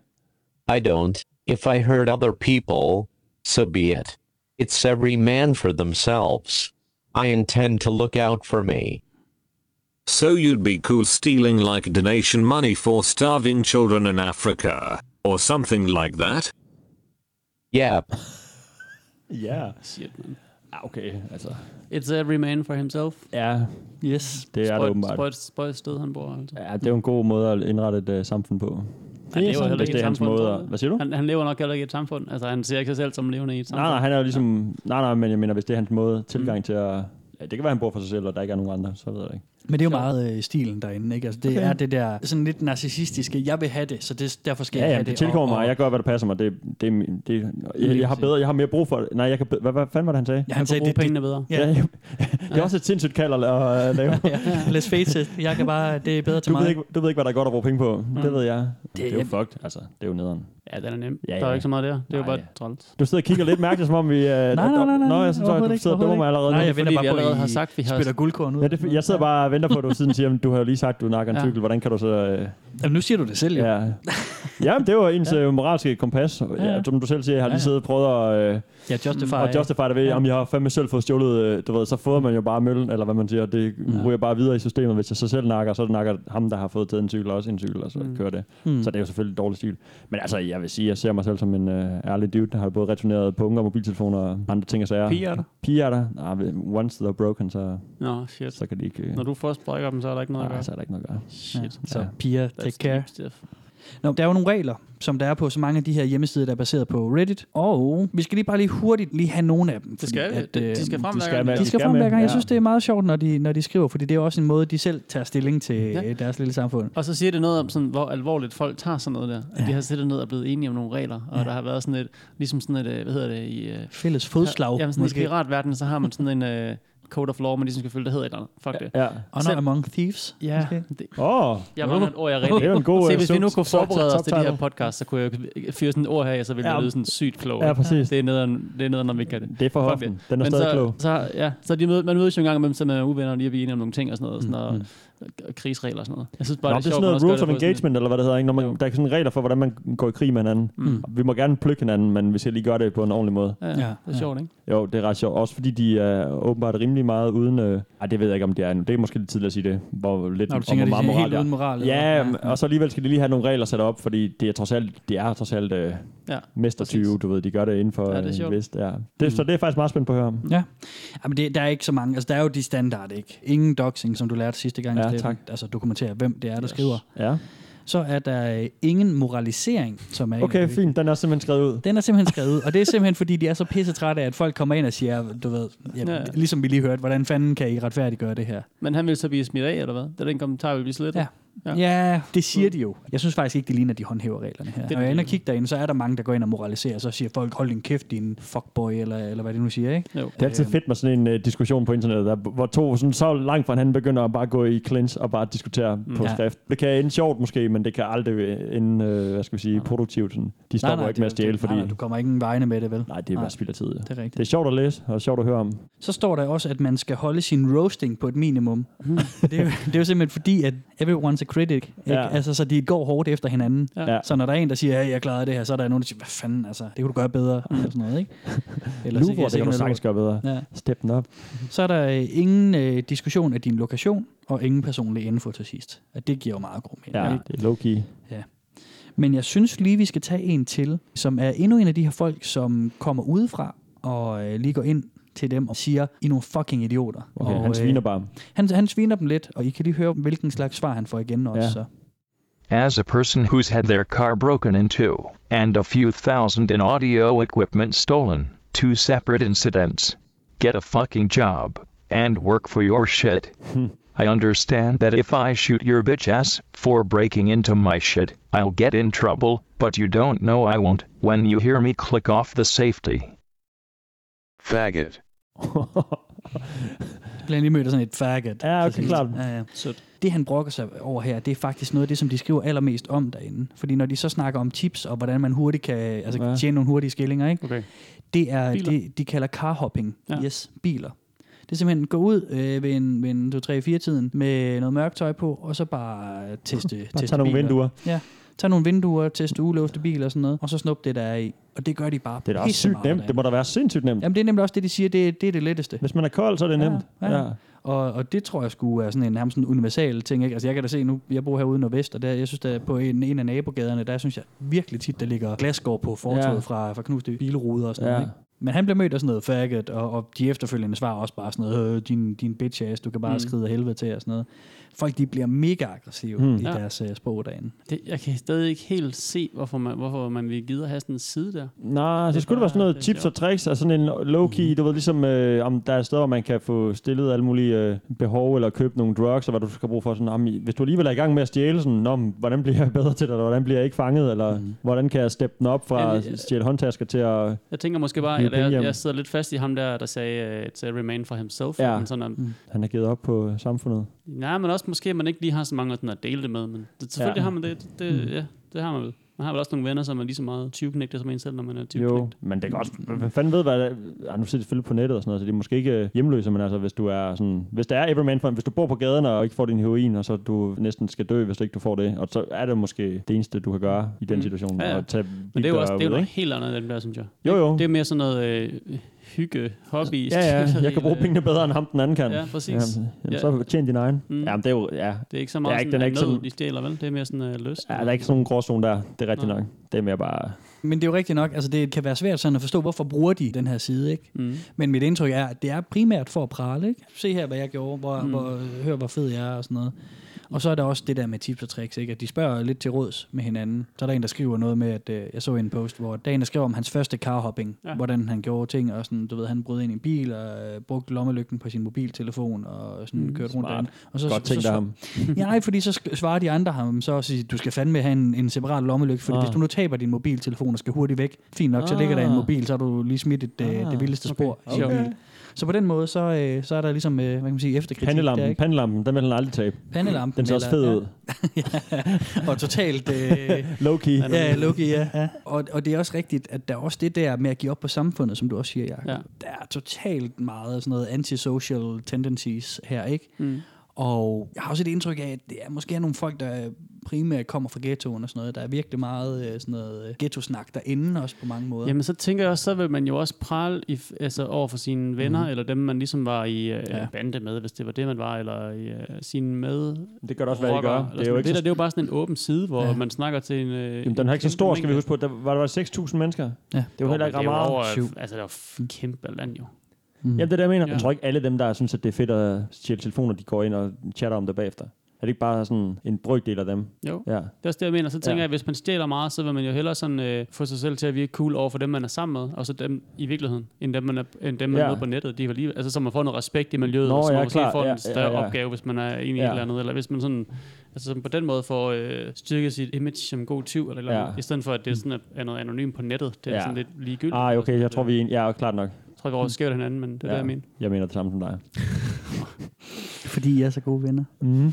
I don't. If I hurt other people, so be it. It's every man for themselves. I intend to look out for me. So you'd be cool stealing like donation money for starving children in Africa, or something like that? Yep. Ja, Shit, man. yeah. okay, altså. It's every man for himself. Ja, Yes. det er det åbenbart. Spøjt, spøjt sted, han bor. Altså. Ja, det er jo en god måde at indrette et uh, samfund på. Han lever heller Hvis ikke i det et er hans samfund. måde tror at- du? Hvad siger du? Han, han lever nok heller ikke i et samfund. Altså, han ser ikke sig selv som levende i et samfund. Nej, nej, han er jo ligesom... Nej, nej, men jeg mener, hvis det er hans måde, tilgang mm. til at... Ja, det kan være, han bor for sig selv, og der ikke er nogen andre, så ved jeg det ikke. Men det er jo meget øh, stilen derinde, ikke? Altså, det okay. er det der sådan lidt narcissistiske, jeg vil have det, så det, derfor skal Ja, jeg ja, have det, det. det tilkommer og- mig, og- jeg gør, hvad der passer mig. Det, det, er min- det, jeg, jeg, har bedre, jeg har mere brug for det. Nej, jeg kan, be- hvad, hvad fanden var det, han sagde? Ja, han, han han kunne sagde, bruge det, det, pengene bedre. Ja. Ja. ja. det er også et sindssygt kald at, la- at lave. let's face it, jeg kan bare, det er bedre til Du ved, mig. ikke, du ved ikke, hvad der er godt at bruge penge på. Det ved jeg. Mm. Det, det er jo fucked, altså. Det er jo nederen. Ja, den er nem. Ja, Der er ja. jo ikke så meget der. Det er jo Nej, bare ja. træls. Du sidder og kigger lidt mærkeligt, som om vi... Uh, nej, Nå, jeg synes, at du sidder og dummer mig allerede. Nej, nu. jeg venter fordi bare vi på, at allerede I har sagt, vi har- spytter guldkorn ud. Ja, det, jeg sidder bare og venter på, at du siden siger, "Jamen, du har jo lige sagt, du nakker en Ja. cykel. Hvordan kan du så... Øh, Jamen, nu siger du det selv, jo. ja. Jamen, det var ens ja. moralske kompas. Ja, ja. Som du selv siger, jeg har lige Ja, ja. siddet og prøvet at, øh, Jeg justify. at justify det ved, om jeg har fandme selv fået stjålet, øh, du ved, så fodrer man jo bare møllen, eller hvad man siger, det ryger bare videre i systemet. Hvis jeg så selv nakker, så nakker ham, der har fået taget en cykel, også en cykel, og så kører det. Så det er jo selvfølgelig dårlig stil. Men altså, jeg vil sige, jeg ser mig selv som en øh, ærlig dude, der har både returneret punker, mobiltelefoner og andre ting og sager. Piger er der? Piger er der. Nej, once they're broken, så, Nå, shit. så kan de ikke... Øh, Når du først brækker dem, så er der ikke noget at nej, altså, gøre. så er der ikke noget at gøre. Shit. Så piger, That's take care. deep stuff. Nå, der er jo nogle regler, som der er på så mange af de her hjemmesider, der er baseret på Reddit. Og vi skal lige bare lige hurtigt lige have nogle af dem. Det fordi skal vi. at, De- øh, de skal frem de hver skal gang. være- De de skal skal frem hver med. gang. Jeg Ja. synes, det er meget sjovt, når de, når de skriver, fordi det er også en måde, de selv tager stilling til Ja. ja. deres lille samfund. Og så siger det noget om, sådan, hvor alvorligt folk tager sådan noget der. At de har siddet ned og blevet enige om nogle regler, og der har været sådan et, ligesom sådan et, øh, hvad hedder det, i... øh, Fælles fodslag, Jamen sådan i måske. piratverdenen, så har man sådan en øh, code of law, man ligesom skal følge, der hedder et eller andet. Fuck det. Ja. Honor Selv- among thieves. Ja, måske. det, Åh, oh, jeg var et ord, jeg rigtig. det er jo en god... Se, øh, hvis vi nu sub- kunne sub- forberede os til de her subtitle. podcast, så kunne jeg jo fyre sådan et ord her, i, så ville Ja. det lyde sådan sygt klog. Ja, præcis. Det er nederen, det er nederen, når vi ikke kan det. Det er for Fuck hoften. det. Den er Men stadig så, klog. Så, ja, så de mød, man mødes jo en gang imellem, så man er uvenner og lige at blive enige om nogle ting og sådan noget, sådan, og, og krigsregler og sådan noget. Jeg synes bare, Mm-hmm. Nå, det er det er sjovt, sådan man noget også gør rules det of på sådan engagement, eller hvad det hedder. Ikke? Når man, der er sådan regler for, hvordan man går i krig med hinanden. Mm. Vi må gerne plukke hinanden, men vi skal lige gøre det på en ordentlig måde. lidt- Ja, det er sjovt, ikke? Jo, det er ret sjovt. Også fordi de er åbenbart rimelig meget uden... Øh, ej, det ved jeg ikke, om de er nu. Det er måske lidt tidligt at sige det. Hvor lidt, Nå, om du hvor tænker, de meget er moral helt der er. uden moral. eller Ja, hvad? ja, og så alligevel skal de lige have nogle regler sat op, fordi det er trods alt, det er trods alt øh, Ja, mester 20, du ved, de gør det inden for Ja, det er øh, sjovt. Mm. en vist. Ja. Det, Så det er faktisk meget spændt på at høre om. Ja. Jamen, det, der er ikke så mange. Altså, der er jo de standard, ikke? Ingen doxing, som du lærte sidste gang. Ja, Steffen. tak. Altså, dokumentere, hvem det er, der yes. skriver. Ja. Så er der øh, ingen moralisering, som er... en af Okay, de- fint. Den er simpelthen skrevet ud. Den er simpelthen skrevet ud, og det er simpelthen, fordi de er så pisse trætte af, at folk kommer ind og siger, du ved, ja, Ja. ja. ligesom vi lige hørte, hvordan fanden kan I retfærdiggøre det her? Men han ville så blive smidt af, eller hvad? Det er den kommentar, vi bliver slettet. Ja. Ja. Ja. ja, det siger de jo. Jeg synes faktisk ikke, det ligner, at de håndhæver reglerne her. Når jeg er inde og kigger derinde, så er der mange, der går ind og moraliserer, så siger folk, hold din kæft, din fuckboy, eller, eller hvad det nu siger, ikke? Jo. Det er altid fedt med sådan en uh, diskussion på internettet, der, hvor to sådan, så langt fra hinanden begynder at bare gå i clinch og bare diskutere mm. på Ja. skrift. Det kan ende sjovt måske, men det kan aldrig øh, ende, øh, hvad skal vi sige, produktivt. Sådan. De stopper ikke med at det- stjæle, fordi... Nej, nej, du kommer ikke en vegne med det, vel? Nej, det er bare spild af tid. Det er rigtigt. Det er sjovt at læse, og sjovt at høre om. Så Mm. står der også, at man skal holde sin roasting på et minimum. det, er jo, det er jo simpelthen fordi, at everyone's the critic. Ikke? Ja. Altså, så de går hårdt efter hinanden. Ja. Så når der er en, der siger, at hey, jeg klarede det her, så er der nogen, der siger, hvad fanden, altså, det kunne du gøre bedre. Eller sådan noget, ikke? Eller Luvor, det kan du sagtens gøre bedre. Ja. Step den op. Så er der øh, ingen øh, diskussion af din lokation, og ingen personlig info til sidst. Og det giver jo meget god mening. Ja, ikke? det er low-key. Men jeg synes lige, vi skal tage en til, som er endnu en af de her folk, som kommer udefra og øh, lige går ind til dem og siger, I er nogle fucking idioter. Okay, og, øh, han sviner bare. han, han sviner dem lidt, og I kan lige høre, hvilken slags svar han får igen også. Ja. Ja. Så. As a person who's had their car broken into, and a few thousand in audio equipment stolen, two separate incidents. Get a fucking job, and work for your shit. I understand that if I shoot your bitch ass for breaking into my shit, I'll get in trouble, but you don't know I won't when you hear me click off the safety. Faggot. Så bliver han lige mødt af sådan et faggot. Ja, okay, Så sådan- klart. Ja, ja. Det, han brokker sig over her, det er faktisk noget af det, som de skriver allermest om derinde. Fordi når de så snakker om tips, og hvordan man hurtigt kan altså, Ja. ja. tjene nogle hurtige skillinger, ikke? Okay. det er Biler. det, de kalder carhopping. Ja. Ja. Yes, biler. Det er simpelthen gå ud øh, ved en, ved en 2-3-4-tiden med noget mørkt tøj på, og så bare øh, teste, Bare teste tag nogle biler. vinduer. Ja, tag nogle vinduer, teste ugelåste biler og sådan noget, og så snup det, der er i. Og det gør de bare Det er da også pisse sygt nemt. meget derinde. Det må da være sindssygt nemt. Jamen det er nemlig også det, de siger, det, det er det letteste. Hvis man er kold, så er det Ja, nemt. ja. Og, og det tror jeg skulle er sådan en nærmest en universal ting. Ikke? Altså jeg kan da se nu, jeg bor herude i Nordvest, og der, jeg synes der på en, en af nabogaderne, der synes jeg virkelig tit, der ligger glasgård på fortovet Ja. ja. fra, fra knuste bilruder og sådan Ja. noget. Ikke? Men han bliver mødt af sådan noget faggot, og, og de efterfølgende svarer også bare sådan noget, øh, din, din bitch ass, du kan bare mm. skride af helvede til og sådan noget. Folk de bliver mega aggressive mm. i Ja. ja. deres uh, sprog derinde. Det, jeg kan stadig ikke helt se, hvorfor man, hvorfor man vil gide at have sådan en side der. Nej, så Det skulle det var- være sådan noget det er tips sjovt. Mhm. og tricks, og sådan en low-key, du ved, ligesom øh, om der er steder, hvor man kan få stillet alle mulige øh, behov, eller købe nogle drugs, og hvad du skal bruge for sådan, jamen, hvis du alligevel er i gang med at stjæle, sådan, Nå, men, hvordan bliver jeg bedre til det, eller hvordan bliver jeg ikke fanget, eller mm. hvordan kan jeg steppe den op fra Mhm. Ja, øh, at det- stjæle håndtasker til at... Jeg tænker måske bare, New at jeg, Opinion. jeg sidder lidt fast i ham der, der sagde, uh, it's a remain for himself. Ja. Mm. Men sådan, at, Han har givet op på øh, samfundet. nej, men også måske, at man ikke lige har så mange sådan, at dele det med. Men det, selvfølgelig Ja. ja. har man det. Det, det, mm. ja, det har man vel. Man har vel også nogle venner, som er lige så meget tyveknægte som en selv, når man er Jo, tyveknægt. men det kan også... Hvem fanden ved, hvad... der- Ah, nu sidder det selvfølgelig på nettet og sådan noget, så det er måske ikke øh, hjemløse, men altså, hvis du er sådan... Hvis der er everyman for, hvis du bor på gaden og ikke får din heroin, og så du næsten skal dø, hvis ikke du får det, og så er det måske det eneste, du kan gøre i den Mm. situation. Ja, ja. Og tage Men det er jo også det er jo ud, noget ikke? helt andet end dem der, synes jeg. Jo, jo. Det er mere sådan noget øh, hygge, hobby. Ja, ja, jeg skildring, kan bruge øh, pengene bedre, end ham den anden kan. Ja, præcis. Jamen, jamen, Ja. så tjen din egen. Mm. Mm. Jamen, det er jo... Ja, Det er ikke så Ja, meget ikke- ikke, den er ikke sådan, ikke sådan- sådan... de stjæler, vel? Det er mere sådan øh, lyst. Ja, der er ikke sådan en gråzone der. Det er rigtigt Nej. nok. Det er mere bare... Men det er jo rigtigt nok, altså det kan være svært sådan at forstå, hvorfor bruger de den her side, ikke? Mm. Men mit indtryk er, at det er primært for at prale, ikke? Se her, hvad jeg gjorde, hvor, mm. hvor, hør, hvor fed jeg er og sådan noget. Og så er der også det der med tips og tricks, ikke? At de spørger lidt til råds med hinanden. Så er der en, der skriver noget med, at øh, jeg så en post, hvor der er en, der skriver om hans første carhopping, Ja. ja. hvordan han gjorde ting, og sådan, du ved, han brød ind i en bil, og øh, brugte lommelygten på sin mobiltelefon, og sådan mm, kørte rundt smart. derinde. Og så, Godt så, tænkt så, af ham. Ja, nej, fordi så sk- svarer de andre ham så og siger, du skal fandme have en, en separat lommelygt, fordi Ah. ah. hvis du nu taber din mobiltelefon og skal hurtigt væk, fint nok, så ligger der Ah. en mobil, så har du lige smidt et, ah. Ah, det vildeste spor. i din Sjovt. bil. Så på den måde, så, øh, så er der ligesom, øh, hvad kan man sige, efterkritik. der, Pandelampen, ikke? pandelampen, den vil han aldrig tabe. Pandelampen. Den ser også fed ud. Ja, og totalt... Øh, Low-key. ja, Loki, ja. ja. Og, og det er også rigtigt, at der er også det der med at give op på samfundet, som du også siger, Jacob. Ja. Ja. Der er totalt meget sådan noget antisocial tendencies her, ikke? Mm. Og jeg har også et indtryk af, at det er måske nogle folk, der primært kommer fra ghettoen og sådan noget. Der er virkelig meget øh, sådan noget øh, ghetto-snak derinde også på mange måder. Jamen, så tænker jeg også, så vil man jo også prale i, f- altså, over for sine venner, mm. eller dem, man ligesom var i øh, ja. bande med, hvis det var det, man var, eller i øh, sine med. Det gør det også, hvad det gør. Det, er jo ikke det, der, det er jo bare sådan en åben side, hvor ja. man snakker til en... Øh, Jamen, den er ikke så stor, skal vi huske på. Der var der var 6.000 mennesker. Ja. Det var heller ikke ret meget. Over, Syv. altså, det er jo f- kæmpe land jo. Mm. Jamen, det er det, jeg mener. Ja. Jeg tror ikke, alle dem, der synes, at det er fedt at stjæle telefoner, de går ind og chatter om det bagefter. Er det ikke bare sådan en brøkdel af dem? Jo. Ja. Det er også det, jeg mener. Så tænker Ja. ja. jeg, at hvis man stjæler meget, så vil man jo hellere sådan, øh, få sig selv til at virke cool over for dem, man er sammen med, og så dem i virkeligheden, end dem, man er, end dem, man Ja. er med på nettet. De er lige, altså, så man får noget respekt i miljøet, Nå, og så man ja, måske klart. får Ja, ja, en større ja. opgave, hvis man er en i Ja. et eller andet, eller hvis man sådan, altså, sådan på den måde får øh, styrket sit image som god tyv, eller, eller Ja. ja. i stedet for, at det er sådan at, er noget anonymt på nettet. Det er Ja. ja. sådan lidt ligegyldigt. Ah, okay, jeg Det- tror, vi er en... Ja, klart nok. Jeg tror, vi overskæver hinanden, men det er Ja. ja. det, jeg mener. Jeg mener det samme som dig. Fordi I er så gode venner. Mm. Du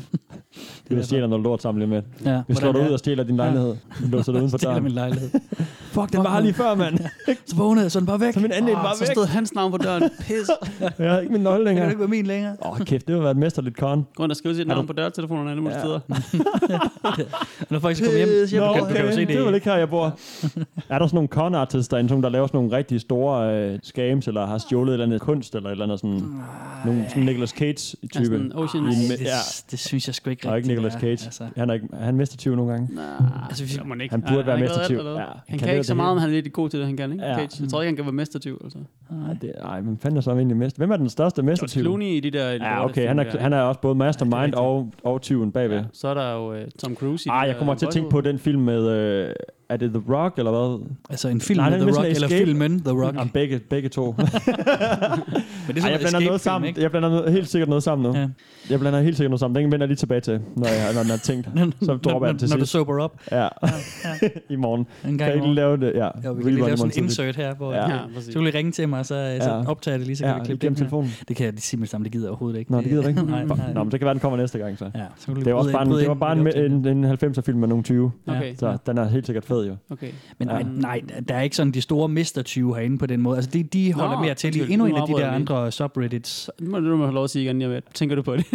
derfor. stjæler noget lort sammen lige med. Ja, Vi slår dig ud og stjæler din lejlighed. Du låser dig uden for stiller min døren. lejlighed. Fuck, Den var her mand. lige før, mand. Så vågnede jeg sådan bare væk. Ah, Så min andel Åh, var Ah, så væk. stod hans navn på døren. Pis. Jeg havde ikke min nøgle Det kan længere. da ikke være min længere. Åh, oh, kæft, det har været et mesterligt con. Gå ind og skrive sit Har navn du- på dørtelefonerne alle mulige Ja. steder. Når folk skal komme hjem, Nå, du kan, du kan jo se det. det er vel ikke her, jeg bor. er der sådan nogle con artists derinde, som der laver sådan nogle rigtig store øh, scams, eller har stjålet et eller andet kunst, eller et eller andet sådan... Nogle, sådan Nicolas Ja, Cage-type. sådan Ocean. Ej, Det, Ja. det synes jeg sgu ikke rigtigt. Og ikke Nicolas det er, Cage. Altså. Han er, ikke, er han mister 20 nogle gange. Altså, hvis, man ikke. han burde Ej, være har ikke lavet mestertyv. alt, eller hvad? Ja, han kan han kan, lave ikke så det meget, hele. men han er lidt god til det, han kan, ikke? Ja. Ja. Cage. Jeg tror ikke, han kan være mestertyv. Altså. Ej, Ah, det, ej men fanden er så egentlig mest? Hvem er den største George mestertyv? Clooney i de der... Ja, okay, film han der. er, han er også både mastermind og, og tyven bagved. Ja, så er der jo uh, Tom Cruise i Ej, de Ah, jeg der kommer til at tænke på Bollywood. den film med, øh, er det The Rock, eller hvad? altså en film Nej, med det er The sådan Rock, en eller escape- filmen The Rock. Jamen, begge, begge to. Men det er Ej, jeg blander noget sammen. Jeg blander noget, helt sikkert noget sammen nu. Ja. Jeg blander helt sikkert noget sammen. Den vender jeg lige tilbage til, når jeg, når jeg har tænkt. Så dropper jeg den til Når du sidst. sober op Ja. I morgen. en Kan gang jeg ikke lige lave det? Ja. Ja, vi kan lige Rerun lave i morgen sådan en tidligt. insert her, hvor Ja. ja. Ja, præcis. så vil I ringe til mig, så, øh, så Ja. optager jeg det lige, så kan vi Ja, klippe det gennem ind her. telefonen. Det kan jeg lige sige med det samme, det gider jeg overhovedet ikke. Nå, det gider du ikke? nej, nej. Nå, men så kan være, den kommer næste gang, så. Ja, så kan du lige Det var, også bryde bare ind- en, bryde det var ind bare i en, optagelsen. en, en 90'er-film med nogle 20. Okay. Så den er helt sikkert fed, jo. okay. Men nej, Ja. nej, der er ikke sådan de store mister-20 herinde på den måde. Altså, de, de holder Nå, mere til i undskyld, endnu en nu af de afbryder der jeg lige. andre subreddits. Nu må du må have lov at sige igen, jeg tænker du på det.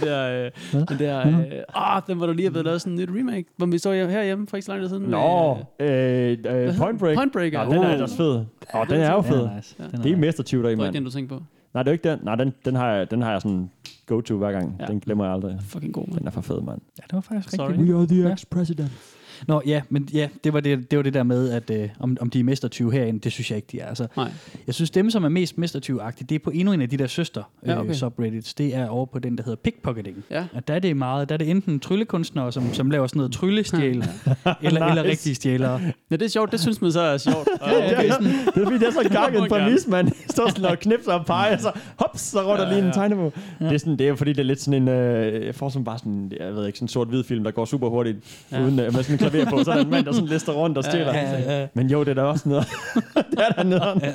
de der, øh, den der, øh, ah, den var der lige er blevet lavet sådan en nyt remake, hvor vi så herhjemme for ikke så lang tid siden. med, Nå, øh, øh, øh, Point Break. Point Breaker. Nå, den er Uh. ellers fed. Åh, den er jo fed. Ja, nice. Den Det er nice. mestertyv deri, det var ikke den, mand. du tænkte på. Nej, det er jo ikke den. Nej, den, den, har, jeg, den har jeg sådan go-to hver gang. Ja. Den glemmer jeg aldrig. Fucking god, mand. Den er for fed, mand. Ja, det var faktisk Sorry. rigtig We are the ex-president. Nå ja, men ja, det var det, det, var det der med, at øh, om, om de er mestertyve herinde, det synes jeg ikke, de er. Altså, Nej. jeg synes, dem, som er mest mestertyveagtige, det er på endnu en af de der søster øh, Ja, ja, okay. okay. subreddits. Det er over på den, der hedder pickpocketing. Ja. Og der er det meget, der er det enten tryllekunstnere, som, som laver sådan noget tryllestjæl, eller, eller Nice. rigtige stjælere. Ja, det er sjovt. Det synes man så er sjovt. Og, ja, Ja, det er fordi, det er så gang må en man gerne. præmis, mand. Står sådan og knipser og peger, så hops, så runder lige en tegnebog. Det er, sådan, det er jo fordi, det er lidt sådan en, øh, jeg får sådan bare sådan, jeg ved ikke, sådan en sort-hvid film, der går super hurtigt, ja. uden øh, med sådan en klaver på, så er der en mand, der sådan lister rundt og stjæler. ja, ja, ja. Men jo, det er da også noget. det er da noget.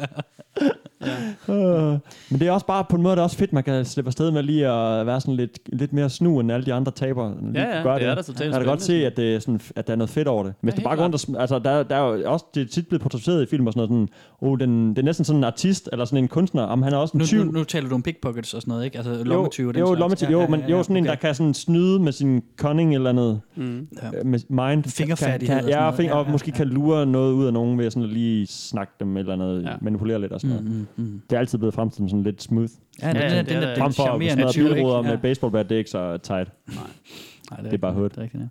Øh, Men det er også bare på en måde, det er også fedt, man kan slippe afsted med lige at være sådan lidt, lidt mere snu end alle de andre tabere. Lige Ja, ja, gør det er da totalt Man kan godt se, spændende. at, det er sådan, at der er noget fedt over det. Hvis Ja, det bare helt går rundt og, sm- altså, der, der er jo også, det er tit blevet portrætteret i film og sådan noget, sådan, oh, den, det er næsten sådan en artist, eller sådan en kunstner, om han er også en Nu, tyv. nu, nu taler du om pickpockets og sådan noget, ikke? Altså jo, lommetyve og den jo, slags. lommetyv, jo, men jo, sådan en, der kan sådan snyde med sin cunning eller noget, Mm. Ja. øh, med mind. Fingerfærdighed Kan, kan, og sådan ja, noget. fing, Ja, og ja, måske kan lure noget ud af nogen ved at sådan lige snakke dem eller noget, Ja. manipulere lidt og sådan noget. Mm, mm, mm. Det er altid blevet fremstillet som sådan lidt smooth. Ja, den, Ja, ja, det er den, den, der- der, Frem den for at charmerende smadre tyv, ikke? bilruder med Ja. baseballbat, det er ikke så tight. Nej, Det er bare rigtigt, hood. Det er rigtigt, ja.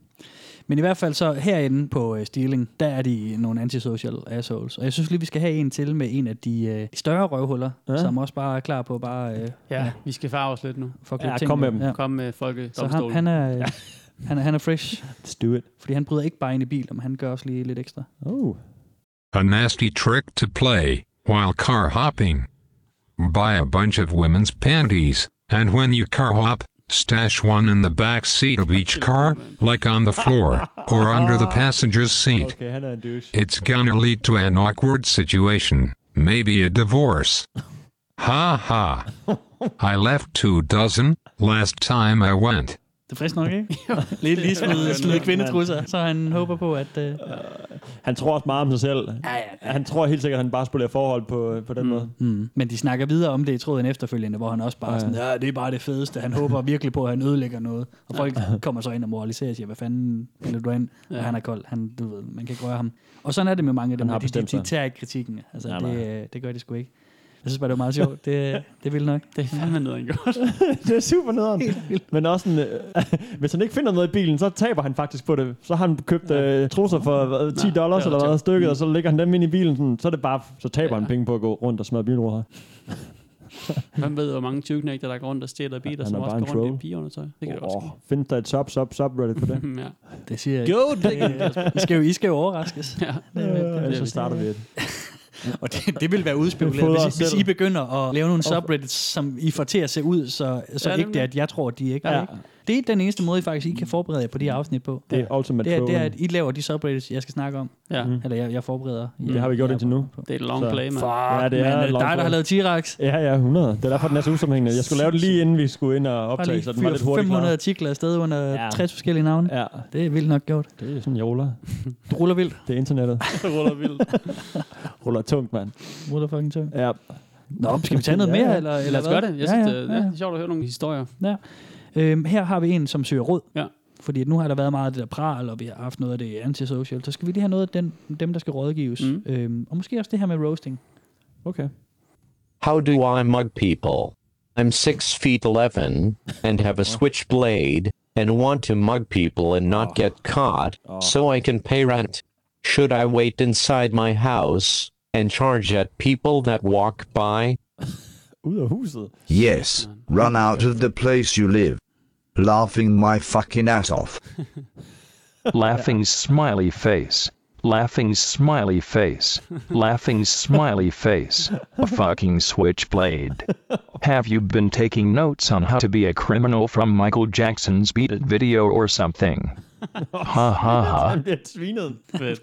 Men i hvert fald så herinde på øh, Stealing, der er de nogle antisocial assholes. Og jeg synes lige, vi skal have en til med en af de øh, større røvhuller, Ja. ja. som også bare er klar på at bare øh, Ja, vi skal farve os lidt nu. fuck Ja, lidt kom med op. dem. Kom med folk. Så han, han, er, øh, han, er, han er fresh, Let's do it. fordi han bryder ikke bare ind i biler, men han gør også lige lidt ekstra. Oh. A nasty trick to play while car hopping. Buy a bunch of women's panties, and when you car hop, stash one in the back seat of each car, like on the floor or under the passenger's seat. Okay, han er en douche. It's gonna lead to an awkward situation, maybe a divorce. Ha ha. I left two dozen last time I went. Det er frisk nok, ikke? lidt lige smide, smide kvindetrusser, så han håber på, at... Øh, Han tror også meget om sig selv. Han tror helt sikkert, at han bare spolerer forhold på, på den måde. Mm. Men de snakker videre om det i tråden efterfølgende, hvor han også bare ja. sådan, ja, det er bare det fedeste. Han håber virkelig på, at han ødelægger noget. Og folk kommer så ind og moraliserer og siger, hvad fanden piller du ind? Ja. Og han er kold. Han, du ved, man kan ikke røre ham. Og sådan er det med mange af dem. Han har her. de, de, bestemt de sig. tager ikke kritikken. Altså, Nej, ja, nej. det, øh, det gør de sgu ikke. Jeg synes bare, det var meget sjovt. Det, det ville nok. Det er fandme noget, han gjort. det er super nederen. Men også sådan, øh, hvis han ikke finder noget i bilen, så taber han faktisk på det. Så har han købt øh, trusser for hvad, 10 Nej, dollars det er Mm. eller hvad rigtigt. stykket, og så lægger han dem ind i bilen. Sådan, så er det bare, så taber ja. han penge på at gå rundt og smadre bilruder. Man ved, hvor mange tyvknægter, der går rundt og stjæler biler, Han som er også bare en går rundt troll. i pigerundertøj. Det kan det også Oh, findes der et sub, sub, subreddit for det? ske. ja. Det siger jeg ikke. Jo, det, I skal jo overraskes. ja. Det, det, Ellers vi. så starter vi et. Og det, det vil være udspekuleret, Fodrer hvis, I- os hvis selv. I begynder at lave nogle subreddits, som I får til at se ud, så, så Ja, ja, ægte, nemlig. at jeg tror, de ikke Ja. er. Ikke? Det er den eneste måde, I faktisk I kan forberede jer på de her afsnit på. Det er ultimate det er, det er, at trolling. I laver de subreddits, jeg skal snakke om. Ja, Mm. Eller jeg, jeg forbereder. Det har vi gjort jeg- indtil nu. det er et long Så- play, mand. Ja, det Men, er øh, et long dig, der play. har lavet T-Rex. Ja, ja, 100. Det er derfor, den er så usomhængende. Jeg skulle lave det lige inden vi skulle ind og Bare optage, lige så den var fyre lidt hurtigt 500 artikler afsted under Ja. ja. 60 forskellige navne. Ja. klar. Ja, Det er vildt nok gjort. det er sådan, jeg ruller. Du ruller vildt. Det er internettet. Det ruller vildt. ruller tungt, mand. Motherfucking tøv. Ja. Nå, skal vi tage noget Ja, mere? ja. Eller, eller Lad os gøre det. Jeg synes, ja, ja, ja. det ja. er sjovt at høre nogle historier. Øhm, her har vi en, som søger råd. Ja. Fordi at nu har der været meget af det der pral, og vi har haft noget af det antisocial. Så skal vi lige have noget af den, dem, der skal rådgives. Mm. Mm. Øhm, og måske også det her med roasting. Okay. How do I mug people? I'm 6 feet 11 and have a switchblade and want to mug people and not get caught so I can pay rent. Should I wait inside my house and charge at people that walk by? Ud af huset. Yes, run out of the place you live. Laughing my fucking ass off. laughing smiley face, laughing smiley face, laughing smiley face, a fucking switchblade. Have you been taking notes on how to be a criminal from Michael Jackson's Beat It video or something? Ha ha ha. Han bliver svinet. Fedt.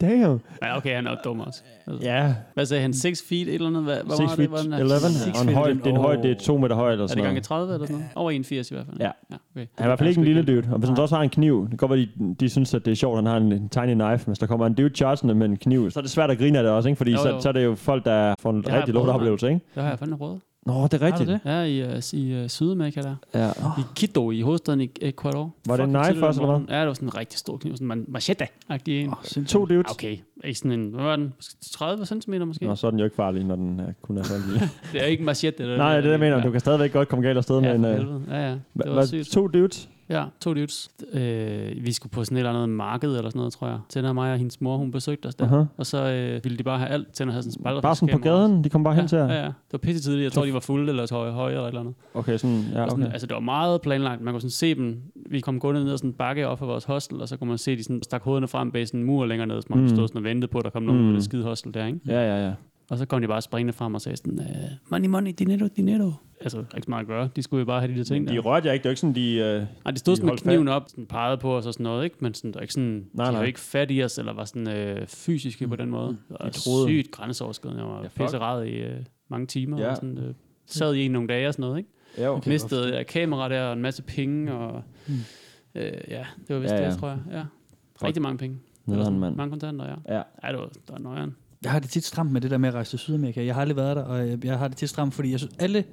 Damn. Ja, okay, han er også dum også. Altså, Ja. Hvad sagde han? 6 feet et eller andet? Hvad, hvad 6 var feet det? Var den 11. her? Og en høj, det er en høj, det er to meter høj eller Er sådan det gange noget. 30 eller sådan noget? Over 81 i hvert fald. Ja. ja okay. Han er i hvert fald ikke en lille dude. Og hvis han så også har en kniv, det kan godt være, de, de synes, at det er sjovt, at han har en, en tiny knife. Men hvis der kommer en dude chargende med en kniv, så er det svært at grine af det også, ikke? Fordi Jo, jo, jo. jo. Så, så, er det jo folk, der får en Det har jeg rigtig prøvet, lort oplevelse, ikke? Det har jeg fandme prøvet. Nå, det er rigtigt. det? Ja, i, uh, i uh, Sydamerika der. Ja. I Quito, i hovedstaden i E- Ecuador. Var det en Fucking knife tidligt om også, eller morgenen. Ja, det var sådan en rigtig stor kniv. Sådan en machete-agtig en. To dudes. Okay, ikke sådan en, hvad var den? Måske 30 cm måske? Nå, så er den jo ikke farlig, når den er, kun er sådan lille. Det er ikke en machete. Det Nej, det er det, jeg mener. Du kan stadigvæk godt komme galt afsted med Øh, ja, en... for øh, helvede. ja, ja. hva- Det var hvad, sygt. to dudes? Ja, to dudes. Øh, vi skulle på sådan et eller andet marked eller sådan noget, tror jeg. Tænder og mig og hendes mor, hun besøgte os der. Aha. Og så øh, ville de bare have alt. Tænder havde sådan en spejler. Bare sådan på gaden? De kom bare Ja, hen til jer? ja, ja. Det var pisse tidligt. Jeg tror, de var fulde eller høje, høje eller et eller andet. Okay, sådan... Ja, Og okay. sådan, altså, det var meget planlagt. Man kunne sådan se dem. Vi kom gående ned ad sådan en bakke op af vores hostel, og så kunne man se, de sådan stak hovederne frem bag sådan en mur længere ned, som man Mm. mm. stod sådan og ventede på, at der kom nogen Mm. mm. på det skide hostel der, ikke? Ja, ja, ja. Og så kom de bare springende frem og sagde sådan, øh, money, money, dinero, dinero. Altså, der er ikke så meget at gøre. De skulle jo bare have de der ting De der. rørte jer ikke. Det var ikke sådan, de... Øh, Nej, de stod de sådan med holdt kniven op, sådan pegede på os og sådan noget, ikke? Men sådan, der er ikke sådan, Nej, nej, de nej. Mm. var ikke fat i os, eller var sådan øh, fysiske på den måde. Det var troede- sygt grænseoverskridende. Jeg var Ja, ja, fuck. pisseret i øh, mange timer, Ja. og sådan, øh, sad i en nogle dage og sådan noget, ikke? ja, okay. Okay, mistede jeg kamera der og en masse penge, og øh, ja, det var vist Ja, Mm. ja, ja. det, tror jeg. Ja. Rigtig mange penge. Eller Nederen sådan, mand. Mange kontanter, ja. Ja. Ja, det var, det var nøjeren. Jeg har det tit stramt med det der med at rejse til Sydamerika. Jeg har aldrig været der, og jeg, jeg har det tit stramt, fordi jeg synes, alle,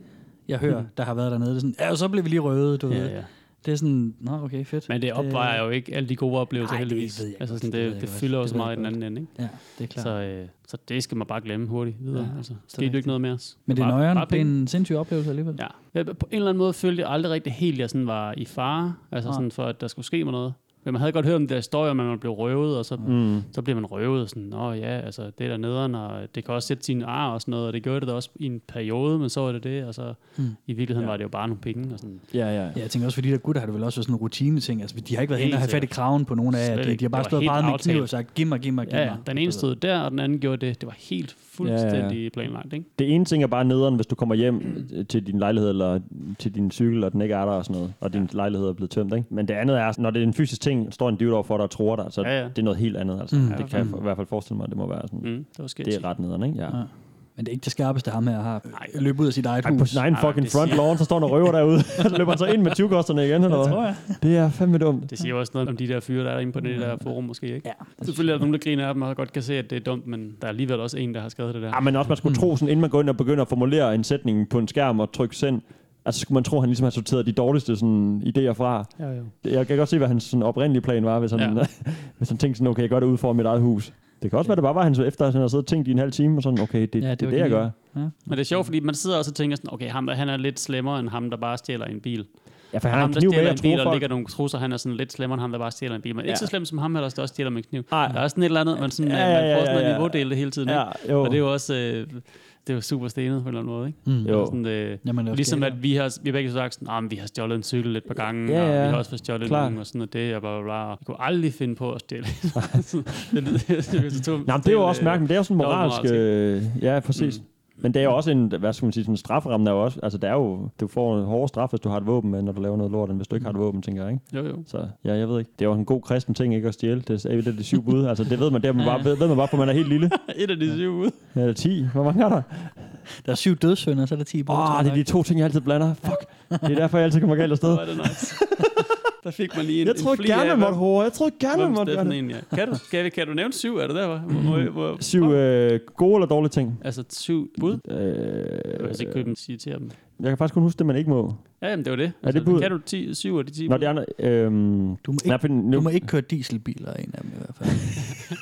jeg hører, Mm. der har været dernede, det er sådan, ja, så blev vi lige røde, du ja, ved. Ja, ja. Det er sådan, nå, okay, fedt. Men det opvejer jo ikke alle de gode oplevelser, Ej, det heldigvis. ved jeg altså, godt, sådan, det ved det, jeg det, godt. fylder Det også ved meget i jeg den godt. anden ende, ikke? Ja, det er klart. Så, øh, så det skal man bare glemme hurtigt videre. Ja, altså, det er skete jo rigtigt. ikke noget med os. Men det er Bare- nøjeren. bare Det er penge. en sindssyg oplevelse alligevel. Ja. Jeg, på en eller anden måde følte jeg aldrig rigtig helt, at jeg sådan var i fare, altså Nej. sådan for, at der skulle ske mig noget. Men man havde godt hørt om det der historie, om at man blev røvet, og så, mm. så blev man røvet. Sådan, Nå ja, altså det er der nederen, og det kan også sætte sine ar og sådan noget, og det gjorde det da også i en periode, men så var det det, og så mm. i virkeligheden ja. var det jo bare nogle penge. Og sådan. Ja, ja. Ja, jeg tænker også, fordi der gutter har det vel også været sådan en rutine ting. Altså, de har ikke været hen Helt og have fat i sikkert. kraven på nogen af jer. Slet De, ikke. de har bare Det var stået helt bare med aftalt. kniv og sagt, giv mig, giv mig, giv Ja, ja, mig. den ene stod der, og den anden gjorde det. Det var helt fuldstændig ja, ja. planlagt, ikke? Det ene ting er bare nederen, hvis du kommer hjem øh, til din lejlighed eller til din cykel, og den ikke er der og sådan noget, og din lejlighed er blevet tømt, ikke? Men det andet er, når det er en fysisk ting, står en dude over for dig og tror dig, så Ja, ja. det er noget helt andet, altså. Mm. Det kan jeg i hvert fald forestille mig, at det må være sådan. Mm. Mm, det var skægt. Det er ret nederen, ikke? Ja. Ja. Men det er ikke det skarpeste, ham her har løbet ud af sit eget Ej, på hus. sin egen Ej, fucking det front siger- lawn, så står der røver derude, så løber han så ind med 20 kosterne igen, eller hvad? tror jeg. Det er fandme dumt. Det siger jo også noget om de der fyre, der er inde på det Mm. der forum måske, ikke? Ja. Selvfølgelig er der nogen, der griner af dem og godt kan se, at det er dumt, men der er alligevel også en, der har skrevet det der. Ja, men også, man skulle tro, sådan, inden man går ind og begynder at formulere en sætning på en skærm og trykke send, altså skulle man tro, at han ligesom har sorteret de dårligste sådan, idéer fra. Ja, ja. Jeg kan godt se, hvad hans sådan, oprindelige plan var, hvis han, ja. Ja. hvis han tænkte sådan, okay, jeg gør det ud for mit eget hus. Det kan også være, det bare var, han så efter, at han havde siddet og tænkt i en halv time, og sådan, okay, det, ja, det, det det er var det, jeg genialt. gør. Men det er sjovt, fordi man sidder også og tænker sådan, okay, ham, han er lidt slemmere end ham, der bare stjæler en bil. Ja, for han har ham, en der kniv med, stjæler jeg en bil, tror og folk. ligger nogle trusser, han er sådan lidt slemmere end ham, der bare stjæler en bil. Men ja. Ja. ikke så slem som ham, her, der også stjæler med kniv. Nej. Der er sådan et eller andet, man, sådan, Ja, ja, ja, man ja, prøver sådan ja, at ja. niveaudele det hele tiden. Ja, ikke? jo. Og det er jo også... Øh, det er jo super stenet på en eller anden måde, ikke? Mm. Det er Jo. Sådan, det, Jamen, Jamen, det er ligesom også at vi har, vi har begge sagt, sådan, "Ah, men vi har stjålet en cykel et par gange, Ja, ja, ja. ja. og vi har også fået stjålet Klart. nogen, og sådan noget det, og bla, bla, bla. Jeg kunne aldrig finde på at stjæle. det lyder, så øh, tog, Nå, men det er jo også mærkeligt, men det er jo sådan moralsk... dobbeltmoralsk, Øh, ja, præcis. Mm. Men det er jo også en, hvad skal man sige, sådan strafferamme er jo også, altså der er jo, du får en hårdere straf, hvis du har et våben, men når du laver noget lort, end hvis du ikke har Mm. et våben, tænker jeg, ikke? Jo, jo. Så ja, jeg ved ikke. Det er jo en god kristen ting, ikke at stjæle. Det er jo det, er de syv bud. Altså det ved man, det er man bare, ved, ved man bare, for man er helt lille. Et af de syv ud. Ja, eller ti. Hvor mange er der? Der er syv dødssynder, så er der ti bud. Åh, oh, det er de to ting, jeg altid blander. Fuck. Det er derfor, jeg altid kommer galt afsted. det nice. Der fik man lige en Jeg en troede fli gerne, af, man hvad- måtte hårdere. Jeg troede gerne, man Hvem måtte Steffen gerne. egentlig er. Kan du, kan, vi- kan du nævne syv? Er det der, hva'? Må, må, må, Syv øh, gode eller dårlige ting? Altså syv bud? Jeg vil Øh, altså ikke købe dem, sige til dem. jeg kan faktisk kun huske det, man ikke må. Ja, jamen, det var det. Altså, Er det bud? Kan du ti, syv af de ti Nå, bud? det andre... Øhm, Du må, nej, ikke, for nu, du må ikke køre dieselbiler, en af dem i hvert fald.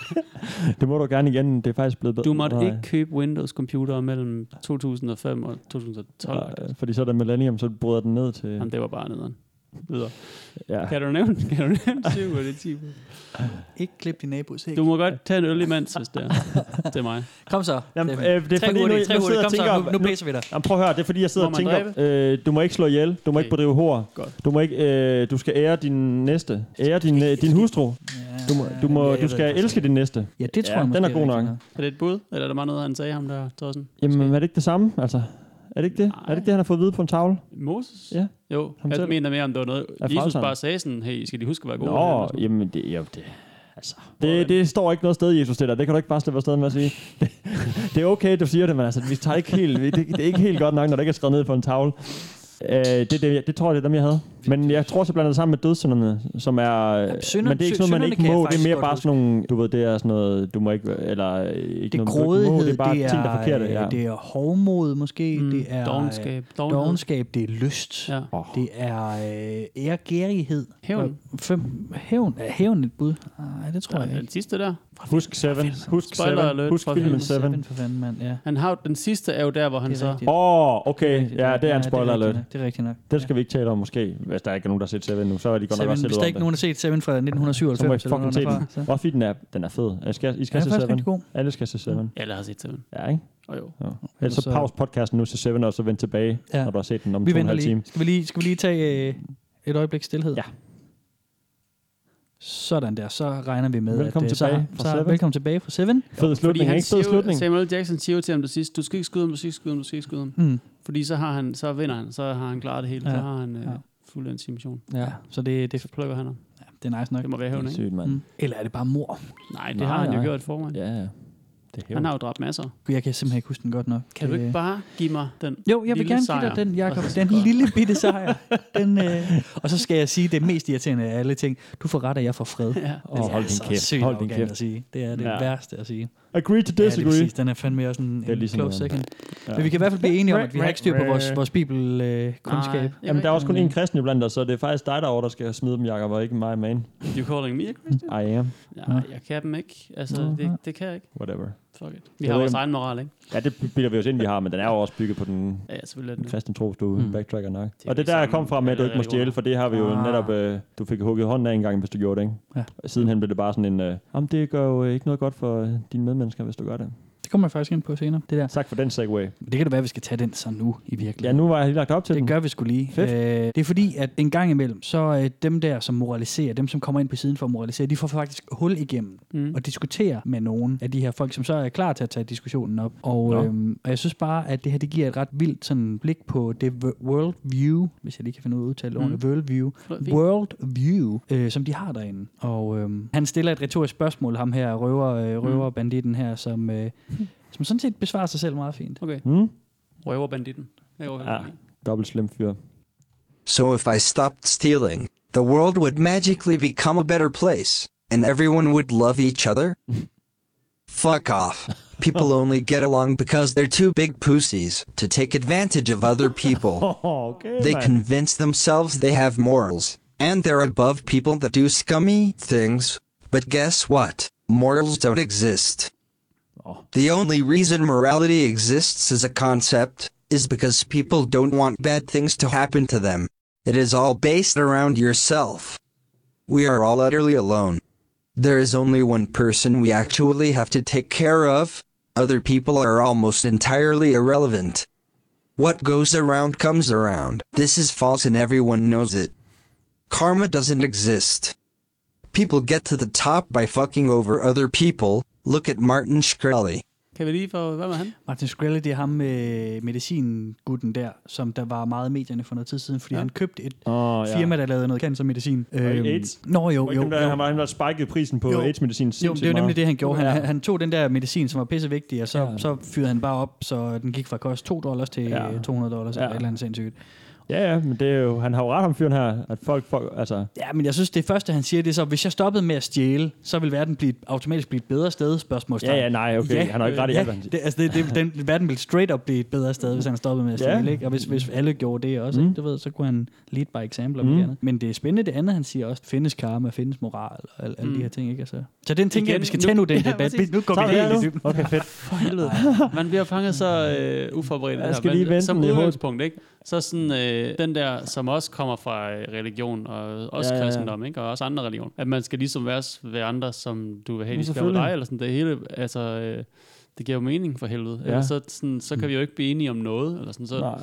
det må du gerne igen. Det er faktisk blevet bedre. Du måtte Nej. ikke købe Windows-computere mellem 2005 og 2012. Ja, Øh, fordi så er der Millennium, så bryder den ned til... Jamen, det var bare nederen. Videre. Ja. Kan du nævne, kan du nævne syv af de ti bud? Ikke klip din nabos hæk. Du må godt tage en øl imens, hvis det er. Det er mig. Kom så. Jamen, Steffen. øh, det er Tre fordi, nu- hurtigt, tre nu hurtigt. sidder jeg Kom og tænker, så, nu, nu nu- blæser vi dig. Jamen, prøv at høre, det er fordi, jeg sidder Må og man tænker, øh, du må ikke slå ihjel, du må okay. ikke Okay. bedrive hår, Godt. du må ikke, øh, du skal ære din næste, ære din, øh, din hustru, du, må, du, må, Ja, ja, jeg du ved skal det elske din næste. Ja, det tror Ja, jeg måske den er god rigtig nok. Er det et bud? Eller er der bare noget, han sagde ham der, Thorsten? Jamen, er det ikke det samme, altså? Er det ikke det? Er det ikke det, han har fået at vide på en tavle? Moses? Ja. Jo, Ham jeg selv. mener mere, om det var noget, Af Jesus frelseren. bare sagde sådan, hey, I skal lige huske at være gode. Nå, Eller jamen, det, jo, det, altså, det, det står ikke noget sted, Jesus, det der. Det kan du ikke bare slippe afsted med at sige. Det, det er okay, du siger det, men altså, vi tager ikke helt, vi, det, det, er ikke helt godt nok, når det ikke er skrevet ned på en tavle. Øh, det, det, jeg- det, tror jeg, det er dem, jeg havde. Men jeg tror, så blander det sammen med dødssynderne, som er... Jamen, synder- men det er ikke sådan noget, man synderne ikke kan jeg må. Det er faktisk mere godt bare huske. sådan nogle... Du ved, det er sådan noget, du må ikke... Eller øh, ikke noget, du Det er ikke må. grådighed, Det er bare ting, der er forkerte. Ja. det er hovmod måske, Mm, det er dovenskab, dovenhed. dovenskab, det er lyst, Ja. det er øh, ærgerighed. Hævn. Fem, hævn, er hævn et bud? Nej, det tror sådan noget. jeg Den ikke. sidste der. Husk Seven. Husk Spoiler Seven. alert Husk fra filmen filmen Seven. for fanden, mand, ja. Han har, den sidste er jo der, hvor han Det er så... rigtigt. Åh, oh, okay. rigtigt, Ja, det er en spoiler rigtigt alert. nok, Det er rigtigt nok. Den skal vi ikke tale om måske, hvis der ikke er nogen, der har set Seven nu. Så er de godt nok Seven, også selv hvis ude der om ikke det. nogen har set Seven fra 1997, Så må I eller fucking se hvornår den er den. fra, så- Også fordi den er, den er fed. Jeg skal, I Den skal er se faktisk Seven. rigtig god. Alle skal se Seven. Alle har set Seven. Ja, ikke? Og jo. Jo. Ellers så så- pause podcasten nu til Seven, og så vend tilbage, Ja. når du har set den om Vi to og en venter halv lige. time. Skal vi lige, skal vi lige tage øh, et øjeblik stillhed? Ja. Sådan der, så regner vi med, Velkommen at øh, så- tilbage fra så, Seven. Velkommen tilbage fra Seven. Fed Fordi slutning, han ikke? Fed siger jo, slutning. Samuel Jackson siger jo til ham til sidst, du skal ikke skyde ham, du skal ikke skyde ham, du skal ikke skyde ham. Mm. Fordi så, har han, så vinder han, så har han klaret det hele, Ja. så har han øh, Ja. ja. fuld ens mission. Ja, så det, det, Så plukker han ham. det er nice nok. Det må være Det hævn, er ikke? sygt, mand. Mm. Eller er det bare mor? Nej, det Nej, har han jo nej. gjort i forvejen. Ja, ja. Det er hævn. Han har jo dræbt masser. Jeg kan simpelthen ikke huske den godt nok. Kan du Øh, ikke bare give mig den Jo, jeg vil lille gerne sejr? give dig den, Jacob. Og så- Den lille bitte sejr. Den, øh, og så skal jeg sige det mest irriterende af alle ting. Du får ret, og jeg får fred. Ja. Åh, hold din kæft. Hold Hold din kæft. At sige. Det er det Ja. ja. værste at sige. Agree to Ja, det er disagree. præcis. Den er fandme også en, er en ligesom close noget second. andet. Men vi kan i hvert fald blive enige om, at vi har ikke styr på vores, vores Nej, bibelkundskab. jeg Jamen, ved der er også kun én kristen iblandt os, så det er faktisk dig derovre, der skal smide dem, Jacob, og ikke mig, man. ikke. You calling me a I Christian? am. Nej, jeg kan dem ikke. Altså, det, det kan jeg ikke. Whatever. Fuck it. Vi Jeg har ved vores ikke, om- egen moral, ikke? Ja, det bilder vi os ind, vi har, men den er jo også bygget på den Ja, ja, selvfølgelig er Den det det. kristne tro, hvis du mm. backtracker nok. jo og det det der, jeg samme kom fra med, at du med ikke må stjæle, religioner. for det har vi jo Ah. netop... Øh, du fik hugget hånden af en gang, hvis du gjorde det, ikke? Ja. Og sidenhen blev det bare sådan en... Øh, Jamen, det gør jo øh, ikke noget godt for øh, dine medmennesker, hvis du gør det. Det kommer jeg faktisk ind på senere, det der. Tak for den segue. Men det kan da være, at vi skal tage den så nu i virkeligheden. Ja, nu var jeg lige lagt op til Det den. gør vi skulle lige. Fedt. Øh, det er fordi, at en gang imellem, så øh, dem der, som moraliserer, dem som kommer ind på siden for at moralisere, de får faktisk hul igennem mm. og diskuterer med nogen af de her folk, som så er klar til at tage diskussionen op. Nå. Og, øhm, og jeg synes bare, at det her, det giver et ret vildt sådan blik på det wo- world view, hvis jeg lige kan finde ud af at udtale ordene, mm. world view, Fint. world view, øh, som de har derinde. Og øhm, han stiller et retorisk spørgsmål, ham her, røver, øh, Mm. røver banditten her, som, øh, som sådan set besvarer sig selv meget fint. Okay. Hmm? Røverbanditten. Jeg Ja. overhører. Dobbelt slem fyr. So if I stopped stealing, the world would magically become a better place, and everyone would love each other? Fuck off. People only get along because they're too big pussies to take advantage of other people. Oh, okay, They mand. convince themselves they have morals, and they're above people that do scummy things. But guess what? Morals don't exist. The only reason morality exists as a concept is because people don't want bad things to happen to them. It is all based around yourself. We are all utterly alone. There is only one person we actually have to take care of, other people are almost entirely irrelevant. What goes around comes around. This is false and everyone knows it. Karma doesn't exist. People get to the top by fucking over other people. Look at Martin Shkreli. Kan vi lige få, hvad var han? Martin Shkreli, det er ham med medicingutten der, som der var meget i medierne for noget tid siden, fordi Ja. ja. han købte et Åh, oh, ja. ja. firma, der lavede noget cancermedicin. Øhm, AIDS? Nå jo, Var jo. ikke Dem, der, jo. Han var han der spikede prisen på Jo. AIDS-medicin Jo, det er jo nemlig det, han gjorde. Han, Ja. han, han tog den der medicin, som var pissevigtig, og så, ja. så fyrede han bare op, så den gik fra kost 2 dollars til Ja. ja. 200 dollars, ja. Ja. eller et eller andet sindssygt. Ja, ja, men det er jo, han har jo ret om fyren her, at folk, folk altså, Ja, men jeg synes, det første, han siger, det er så, hvis jeg stoppede med at stjæle, så ville verden blive, automatisk blive et bedre sted, spørgsmålstegn. Ja, ja, nej, okay. Han har jo ikke ret i alt, ja, hvad han siger. det, altså, det, det, den, verden ville straight up blive et bedre sted, hvis han stoppede med at Ja. stjæle, ikke? Og hvis, hvis alle gjorde det også, mm. ikke? Du ved, så kunne han lead by example og Mm. mm. andet. Men det er spændende, det andet, han siger også, findes karma, findes moral og alle, alle Mm. de her ting, ikke? Altså, så den tænker jeg, Igen, vi skal nu- tage nu, den Ja, debat. præcis. Nu går Tager vi vi helt den i nu? dybden. Okay, fedt. For helvede. Man bliver fanget så øh, uforberedt. Jeg her. skal Men lige vente Som den i hovedet. udgangspunkt, ikke? Så sådan øh, den der, som også kommer fra øh, religion, og også Ja, ja, ja, ja. kristendom, ikke? Og også andre religioner. At man skal ligesom være s- ved andre, som du vil have, Ja, de skal være ved selvfølgelig. dig, eller sådan det hele. Altså, øh, det giver jo mening for helvede. Ja. Ja. Så, sådan, så kan vi jo ikke blive enige om noget, eller sådan så. Nej.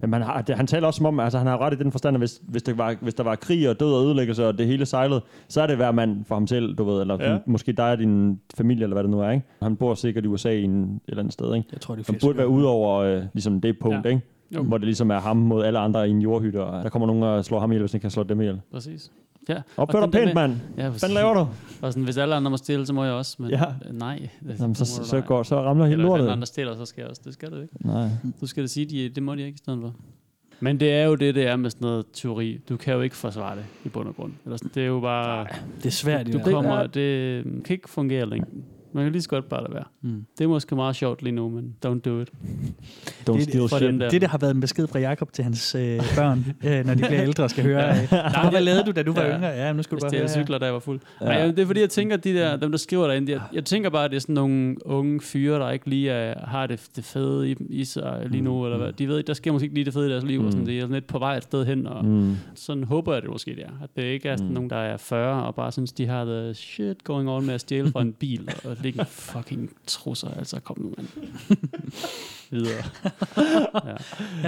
Men man har, det, han taler også som om, altså han har ret i den forstand, at hvis, hvis, det var, hvis der var krig og død og ødelæggelse, og det hele sejlede, så er det hver mand for ham selv, du ved, eller Ja. ja. måske dig og din familie, eller hvad det nu er, ikke? Han bor sikkert i USA i en, et eller andet sted, ikke? Jeg tror, det er Som fisk. burde være ud over øh, ligesom det punkt, Ja. ja. ikke? Jo. Jo. Hvor det ligesom er ham mod alle andre i en jordhytte, og der kommer nogen og slår ham ihjel, hvis han kan slå dem ihjel. Præcis. Ja. Opfør og dig den der pænt, mand. Hvad præcis. fanden laver du? Og sådan, hvis alle andre må stille, så må jeg også. Men Ja. ja. nej. det- Jamen, så, må du så, lege. går, så ramler hele Eller hvis lortet. alle andre stiller, så skal jeg også. Det skal du ikke. Nej. Du skal da sige, de, det må de ikke i stedet for. Men det er jo det, det er med sådan noget teori. Du kan jo ikke forsvare det i bund og grund. Eller sådan, det er jo bare... Det er svært i Du hvert fald. kommer, det mm, kan ikke fungere længe. Man kan lige så godt bare lade være. Mm. Det er måske meget sjovt lige nu, men don't do it. det, steal for shit. dem Der. Det der har været en besked fra Jakob til hans øh, børn, øh, når de bliver ældre og skal høre. Øh, "Far, hvad lavede du, da du var yngre? Ja, nu skal du jeg bare stjal høre. her." cykler, da jeg var fuld. Ja. Ja. Nej, jamen, det er fordi, jeg tænker, at de der, dem, der skriver derinde, jeg, jeg tænker bare, at det er sådan nogle unge fyre, der ikke lige er, har det, det fede i, i sig lige Mm. nu, eller hvad. De ved, ikke, der sker måske ikke lige det fede i deres liv, mm. og sådan, det er sådan lidt på vej et sted hen, og Mm. sådan håber jeg det måske, det er. At det ikke er sådan mm. nogen, der er 40, og bare synes, de har the shit going on med at stjæle fra en bil, og ligge i fucking trusser, altså kom nu, mand. Videre. ja. Ja,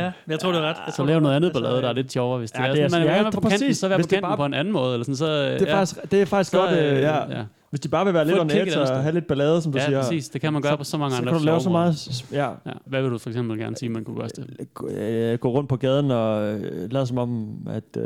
altså, jeg tror, du er ret. Jeg Så tror, lav du noget er ret. andet ballade, der er lidt sjovere, hvis det Ja, er. det Sådan, er- man vil ja, gerne være på præcis. kanten, så vær på Hvis det kanten bare- på en anden måde. Eller sådan, så, Det er, ja. faktisk, det er faktisk Så, godt, øh, øh, ja. ja. Hvis de bare vil være Få lidt et on kick et edge andet og sted. have lidt ballade, som du ja, siger. præcis. Det kan man gøre på så mange så andre kan du lave så sjove meget, måder. s- ja, Ja. Hvad vil du for eksempel gerne sige, man kunne gøre det? gå- øh, gå rundt på gaden og øh, lade som om, at øh,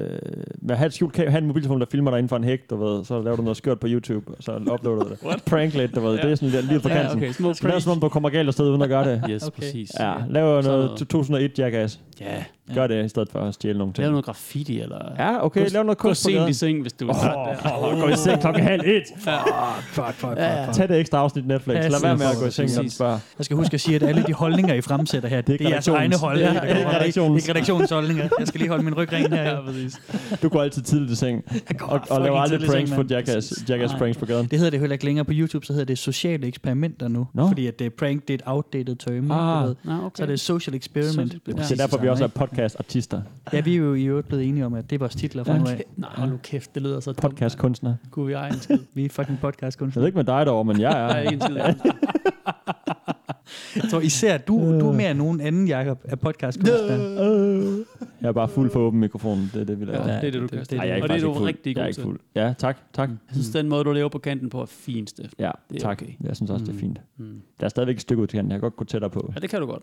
med at have, et skjult, kamera- have en mobiltelefon, der filmer dig inden for en hæk, du ved, så laver du noget skørt på YouTube, og så uploader du det. Prank lidt, du ved, det er sådan lidt lige på Ja, kanten. okay, små Så lad som om, du kommer galt afsted uden at gøre det. Yes, okay. præcis. Ja, lav Sådan noget 2001 Jackass. Ja, Gør det i stedet for at stjæle nogle lav ting. noget graffiti, eller... Ja, okay, lav noget kunst på Gå sent gaden. i seng, hvis du er starte der. Åh, oh, gå i seng klokken halv et. Fuck, fuck, fuck, Ja, ja. fuck. Tag det ekstra afsnit Netflix. Ja, Lad være med at gå i seng, når præcis. den spørger. Jeg skal huske at sige, at alle de holdninger, I fremsætter her, det er, det er jeres redaktionens. egne holdninger. Ja, der kommer. det er redaktionens. Ikke redaktionens holdninger. Jeg skal lige holde min rygring her. Ja, jo. præcis. Du går altid tidligt i seng. går Og, og fucking laver aldrig tidligt i pranks seng, på mand. Jackass, Jackass Nej. pranks på gaden. Det hedder det heller ikke længere på YouTube, så hedder det sociale eksperimenter nu. Nå. Fordi at det prank, det er et outdated term. Ah. Ah. Ved. Nå, okay. Så er det social experiment. Social- Det er Ja. Det præcis er derfor, det vi samme, også er ikke? podcast-artister. Ja, vi er jo i øvrigt blevet enige om, at det er vores titler fra Ja. nu af. Nej, hold nu kæft, det lyder så dumt. Podcast-kunstner. Kunne vi eje en skid? Vi er fucking podcast Jeg ved ikke med dig derovre, men jeg er. Nej, ikke en skid. Jeg tror især, du, du er mere end nogen anden, Jakob, af podcast Jeg er bare fuld for åben mikrofon. Det er det, vi Ja, laver. det er det, du det- kan. det- Ej, jeg er Og ikke det er faktisk du ikke fuld. rigtig Jeg er god ikke til. fuld. Mm. Ja, tak. tak. Jeg synes, den måde, du lever på kanten på, er fin, Steff. Ja, Det er tak. okay. Jeg synes også, det er Mm. fint. Mm. Der er stadigvæk et stykke ud til kanten. Jeg kan godt gå tættere på. Ja, det kan du godt.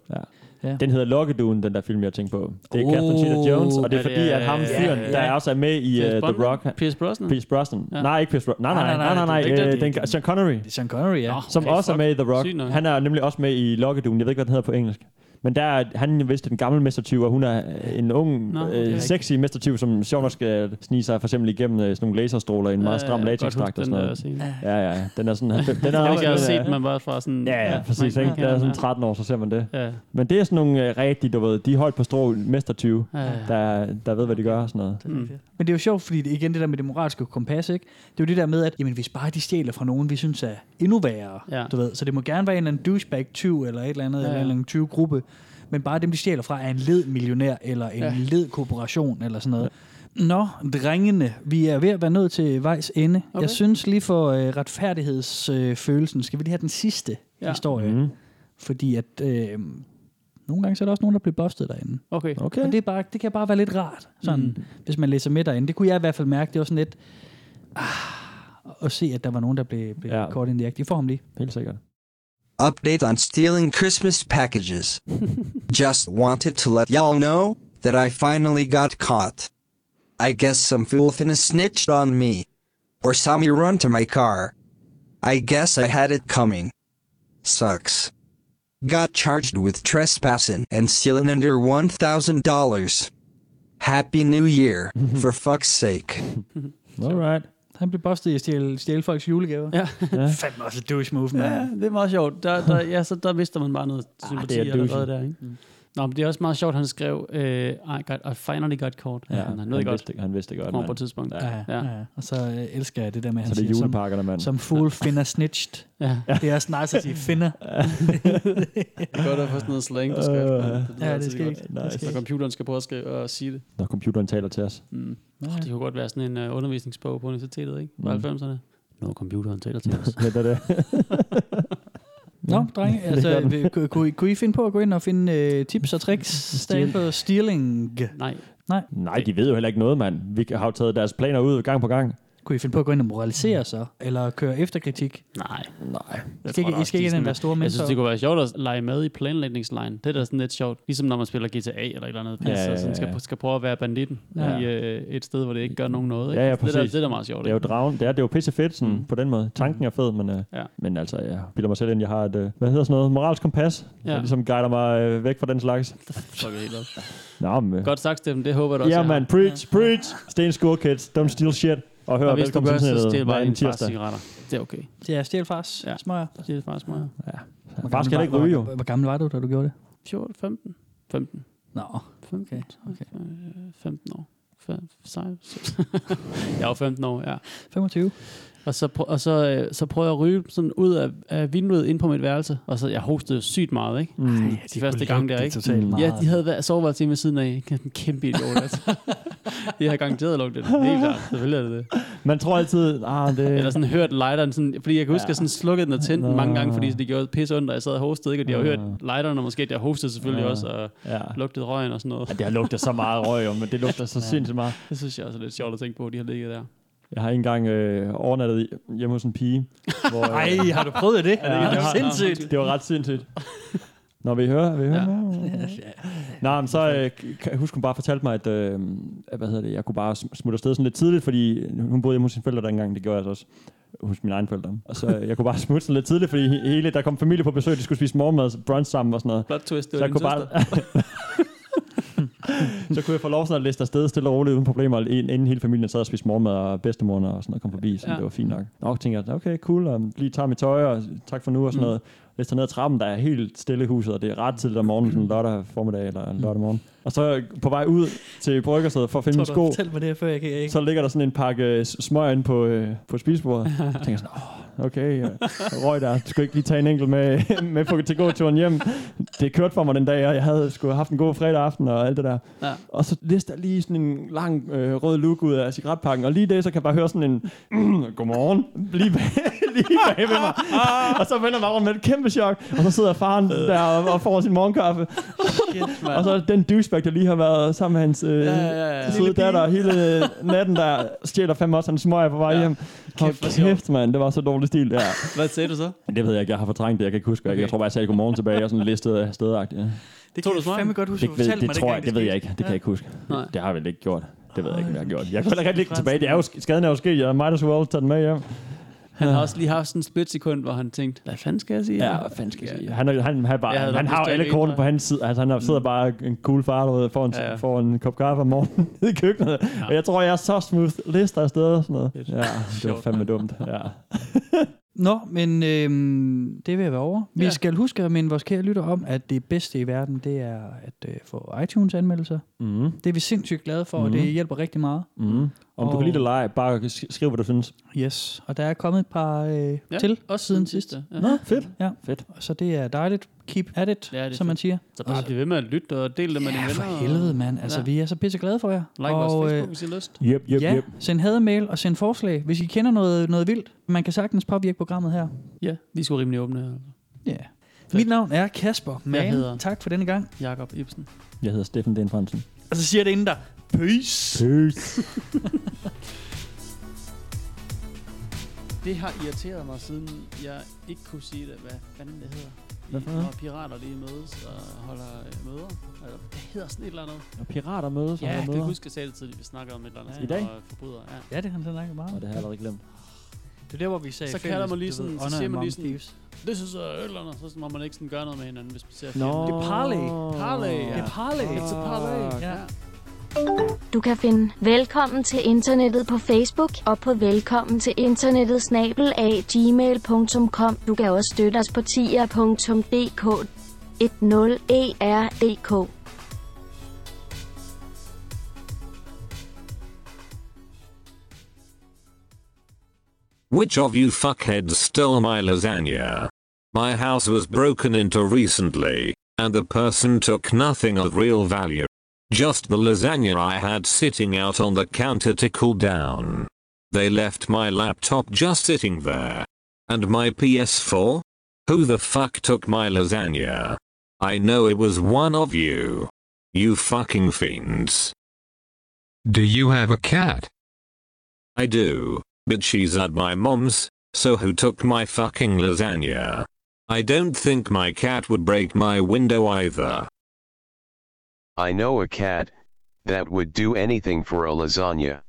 Den hedder Lokkeduen, den der film, jeg tænkte på. Det er Oh. Catherine Zeta-Jones, og det er Ja, det fordi, er- at ham ja, fyren, ja, der ja. også er med i uh, Pierce The Brosnan? Rock. Pierce Brosnan? Pierce Brosnan. Ja. Nej, ikke Pierce Brosnan. Nej, nej, nej, nej, nej. det er øh, ikke den. den- Sean Connery. Det er Sean Connery, ja. Nå. Som Okay, også er fuck. med i The Sygt nok. Rock. Han er nemlig også med i Lokkeduen. Jeg ved ikke, hvad den hedder på engelsk. Men der er, han er vist en gammel mestertyv, og hun er en ung, Nå, Nå, okay. øh, sexy mestertyv, som sjovt nok skal snige sig for eksempel igennem øh, sådan nogle laserstråler i en meget stram Ja, jeg kan godt latexdragt huske og sådan den der noget. scene. Ja, ja, ja. Den er sådan... Den, den er Jeg også, har også lidt, set, øh, man bare fra sådan... Ja, ja, præcis. man- Ikke? man Der er sådan kender- 13 år, så ser man det. Ja. Men det er sådan nogle øh, rigtige, du ved, de er højt på strå mestertyve, Ja, ja. der, der ved, hvad de gør og sådan noget. Mm. Men det er jo sjovt, fordi det, igen det der med det moralske kompas, ikke? Det er jo det der med, at jamen, hvis bare de stjæler fra nogen, vi synes er endnu værre, Ja. du ved. Så det må gerne være en eller anden douchebag-tyv, eller et eller andet, Ja, ja, ja. eller en eller anden 20-gruppe. Men bare dem, de stjæler fra, er en led millionær, eller en Ja. ja. led korporation, eller sådan noget. Nå, drengene, vi er ved at være nået til vejs ende. Okay. Okay. Jeg synes lige for øh, retfærdighedsfølelsen, øh, følelsen, skal vi lige have den sidste Ja. ja. historie? Mm. Fordi at øh, nogle gange så er der også nogen, der bliver bustet derinde. Okay. okay. Og det, er bare, det kan bare være lidt rart, sådan, mm. hvis man læser med derinde. Det kunne jeg i hvert fald mærke. Det var sådan lidt ah, at se, at der var nogen, der blev, blev ja. kort ind i I får ham lige. Helt sikkert. Update on stealing Christmas packages. Just wanted to let y'all know that I finally got caught. I guess some fool finna snitched on me. Or saw me run to my car. I guess I had it coming. Sucks. Got charged with trespassing and stealing under $1,000. Happy New Year, for fuck's sake. Alright. Han blev bustet i at stjæle, stjæle folks julegaver. Ja. ja. Fandme også et douche move, mand. Ja, det er meget sjovt. Der, der, ja, så der mister man bare noget sympati Ah, det er allerede douche. der, ikke? Mm. Nå, men det er også meget sjovt, han skrev, øh, I, got, I finally got caught. Ja, han, han ved han godt, vidste, han vidste det godt, kommer på et mand. tidspunkt. Ja, ja. ja. Og så øh, elsker jeg det der med, at Så han det er siger, julepakkerne, som, mand. som fool finder snitched. Ja. Det er også nice at sige finder. Godt at få sådan noget slang på skrift. Øh, mand. lyder ja, det altid skal godt. ikke. Det skal Når ikke. computeren skal prøve at skrive og sige det. Når computeren taler til os. Mm. Oh, det kunne godt være sådan en uh, undervisningsbog på universitetet, ikke? På Mm. 90'erne. Når computeren taler til os. Ja, det er det. Nå, drenge, Det er altså, godt. vi- kunne, kunne, I- kunne I finde på at gå ind og finde øh, tips og tricks der på stealing? Nej. Nej. Nej, de ved jo heller ikke noget, mand. Vi har jo taget deres planer ud gang på gang. Kunne I finde på at gå ind og moralisere så? Eller køre efterkritik? Nej. Nej. I skal ikke, I skal ikke ind og være store Jeg synes, mennesker. det kunne være sjovt at lege med i planlægningslejen. Det er da sådan lidt sjovt. Ligesom når man spiller GTA eller et eller andet. Pis, Ja, ja, ja, ja, Og sådan ja, skal, ja. skal prøve at være banditten Ja. ja. i øh, et sted, hvor det ikke gør nogen noget. Ikke? Ja, ja, det, præcis. er, da- det er da meget sjovt. Det er jo Ikke? dragen. Det er, det er jo pisse fedt sådan, mm. på den måde. Tanken er fed, men, øh, Ja. men altså, jeg bilder mig selv ind, jeg har et, øh, hvad hedder sådan noget, moralsk kompas, ja. der Ja. ligesom guider mig øh, væk fra den slags. Fuck, helt op. Nå, men, øh, Godt sagt, Steffen. Det håber jeg da også, Ja, jeg har. man, preach, preach. Sten Skur Kids, don't steal shit. Og hør, Og hvis du velkommen gør, til sådan så noget stjæl hver bare anden din fars tirsdag. cigaretter. Det er okay. Ja, stjæl fars ja. Ja. smøger. Det er faktisk meget. Hvor Far skal gammel ikke var- ryge, jo. Hvor, hvor gammel var du, da du gjorde det? 14, 15. 15. Nå, 15. okay. okay. 15 år. Fem- sej- jeg var 15 år, ja. 25. Og så, prø- og så, øh, så prøvede jeg at ryge sådan ud af, af vinduet ind på mit værelse, og så jeg hostede sygt meget, ikke? Mm. Ej, de første gang der, ikke? Totalt meget. Ja, de havde været soveværelse ved siden af. En kæmpe idiot, altså. de har garanteret lukket det. Helt klart, selvfølgelig er det det. Man tror altid, ah, det... Eller sådan hørt lighteren, sådan, fordi jeg kan huske, at jeg sådan slukkede den og tændte den mange Nå. gange, fordi det gjorde pisse ondt, og jeg sad og hostede, ikke? Og de har jo hørt lighteren, og måske at jeg hostede selvfølgelig Ja. også, og Ja. lugtede røgen og sådan noget. ja, det har lugtet så meget røg, jo, men det lugter så sindssygt meget. Det synes jeg også er lidt sjovt at tænke på, at de har ligget der. Jeg har ikke engang øh, overnattet i- hjemme hos en pige. Hvor, øh, Ej, har du prøvet det? Ja, det jeg er har- sindssygt. Det var ret sindssygt. Nå, vi hører, vi hører. Ja. Nej, men så øh, kan jeg huske, hun bare fortalte mig, at, øh, at, hvad hedder det, jeg kunne bare sm- smutte afsted sådan lidt tidligt, fordi hun boede hjemme hos sine forældre dengang, det gjorde jeg altså også hos mine egne forældre. Og så øh, jeg kunne bare smutte sådan lidt tidligt, fordi he- hele, der kom familie på besøg, de skulle spise morgenmad, brunch sammen og sådan noget. Plot twist, det Så var jeg din kunne søster. bare... så kunne jeg få lov sådan at læse afsted stille og roligt uden problemer, ind- inden hele familien sad og spiste morgenmad, og bedstemorgen og sådan noget kom forbi, så ja. Ja. det var fint nok. Og tænkte jeg, okay, cool, og lige tager mit tøj, og tak for nu, og sådan mm. noget. Jeg tager ned ad trappen, der er helt stille i huset, og det er ret tidligt om morgenen, sådan lørdag formiddag eller Mm. lørdag morgen. Og så på vej ud til bryggersædet for at finde Jeg min tror, du sko, har fortalt mig det her før, jeg kan jeg ikke. så ligger der sådan en pakke øh, s- smøger inde på, øh, på spisebordet. Jeg tænker sådan, åh, okay, øh, røg der. Du skulle ikke lige tage en enkelt med, med på, til gåturen hjem. Det kørte for mig den dag, og jeg havde sgu haft en god fredag aften og alt det der. Ja. Og så lister jeg lige sådan en lang øh, rød luk ud af cigaretpakken, og lige det, så kan jeg bare høre sådan en, godmorgen, lige bag, lige bag ved mig. og så vender jeg mig rundt med et kæmpe chok, og så sidder faren der og, og får sin morgenkaffe. Shit, Og så den douchebag, der lige har været sammen med hans øh, ja, ja, ja, ja. søde datter hele øh, natten, der stjæler fandme også hans smøger på vej ja. hjem. Hold hvor kæft, sjovt. kæft mand, det var så dårlig stil. Ja. Hvad sagde du så? Men Det ved jeg ikke, jeg har fortrængt det, jeg kan ikke huske. Okay. Jeg Okay. tror bare, jeg sagde godmorgen tilbage, og sådan listede afstedagtigt. Ja. Det Tog du smøgen? godt huske, Det, du ved, fortalte det, mig tror jeg, det ved jeg ikke, det kan jeg ikke huske. Nej. Det har jeg vel ikke gjort. Det ved jeg ikke, om jeg har gjort. Jeg kan heller ikke lægge den tilbage. Det er jo, skaden er jo sket. Jeg might as well tage den med hjem. Han har også lige haft sådan en splitsekund, hvor han tænkte, hvad fanden skal jeg sige? Ja, hvad fanden skal jeg sige? Han, er- han, han, bare, Jeg havde han nok har jo lyst til at alle grine, kortene tror på hans side. Altså, han har- sidder bare en cool far, der får en, Mm. Ja, ja, ja. Får en kop kaffe om morgenen nede i køkkenet. Ja. Og jeg tror, jeg er så smooth lister afsted og sådan noget. Ja, det var Sjovt. fandme dumt. Ja. Nå, men øhm, det vil jeg være over. Vi Ja. skal huske at minde vores kære lytter om, at det bedste i verden, det er at øh, få iTunes-anmeldelser. Mm. Det er vi sindssygt glade for, mm. og Mhm. det hjælper rigtig meget. Mm. Om du Og- kan lide det eller ej, bare sk- skriv, hvad du synes. Yes, og der er kommet et par øh, ja. til, også siden Ja. Nå, fedt. Ja. Fedt. så det er dejligt. Keep at it, Ja, det er som man siger. Så bare bliv ved med at lytte og del det med Ja, dine venner. for og- helvede, mand. Altså, Ja. vi er så pisse glade for jer. Like vores øh, Facebook, hvis I har lyst. Yep, yep, ja, yep. send hademail og send forslag, hvis I kender noget, noget vildt. Man kan sagtens påvirke programmet her. Ja, vi er sgu rimelig åbne. her. Ja. Yeah. Mit navn er Kasper Jeg hedder Mann. Tak for denne gang. Jakob Ibsen. Jeg hedder Steffen Den Fransen. Og så siger jeg det inden der. Peace. Peace. Det har irriteret mig, siden jeg ikke kunne sige det, hvad fanden det hedder. Hvad for I, noget? når pirater lige mødes og holder øh, møder. Eller, det hedder sådan et eller andet. Når pirater mødes og Ja, holder jeg kan møder? ikke huske, at jeg altid, vi snakkede om et eller andet. I sådan, dag? Og forbrydere, ja. Ja, det har han snakket meget om. Og det har jeg allerede glemt. Det er der, hvor vi sagde så fælles, kalder man lige du sådan, ved, så honor siger man among lige sådan, thieves. det synes jeg er et eller andet, så må man ikke sådan gøre noget med hinanden, hvis man ser Nå. film. Det er parlay. Parlay, ja. Det er parlay. It's a parlay. Ja. Du kan finde Velkommen til internettet på Facebook og på velkommen til internettet snabel af gmail.com. Du kan også støtte os på tier.dk E 10erdk. Which of you fuckheads stole my lasagna? My house was broken into recently, and the person took nothing of real value. Just the lasagna I had sitting out on the counter to cool down. They left my laptop just sitting there. And my PS4? Who the fuck took my lasagna? I know it was one of you. You fucking fiends. Do you have a cat? I do, but she's at my mom's, so who took my fucking lasagna? I don't think my cat would break my window either. I know a cat that would do anything for a lasagna.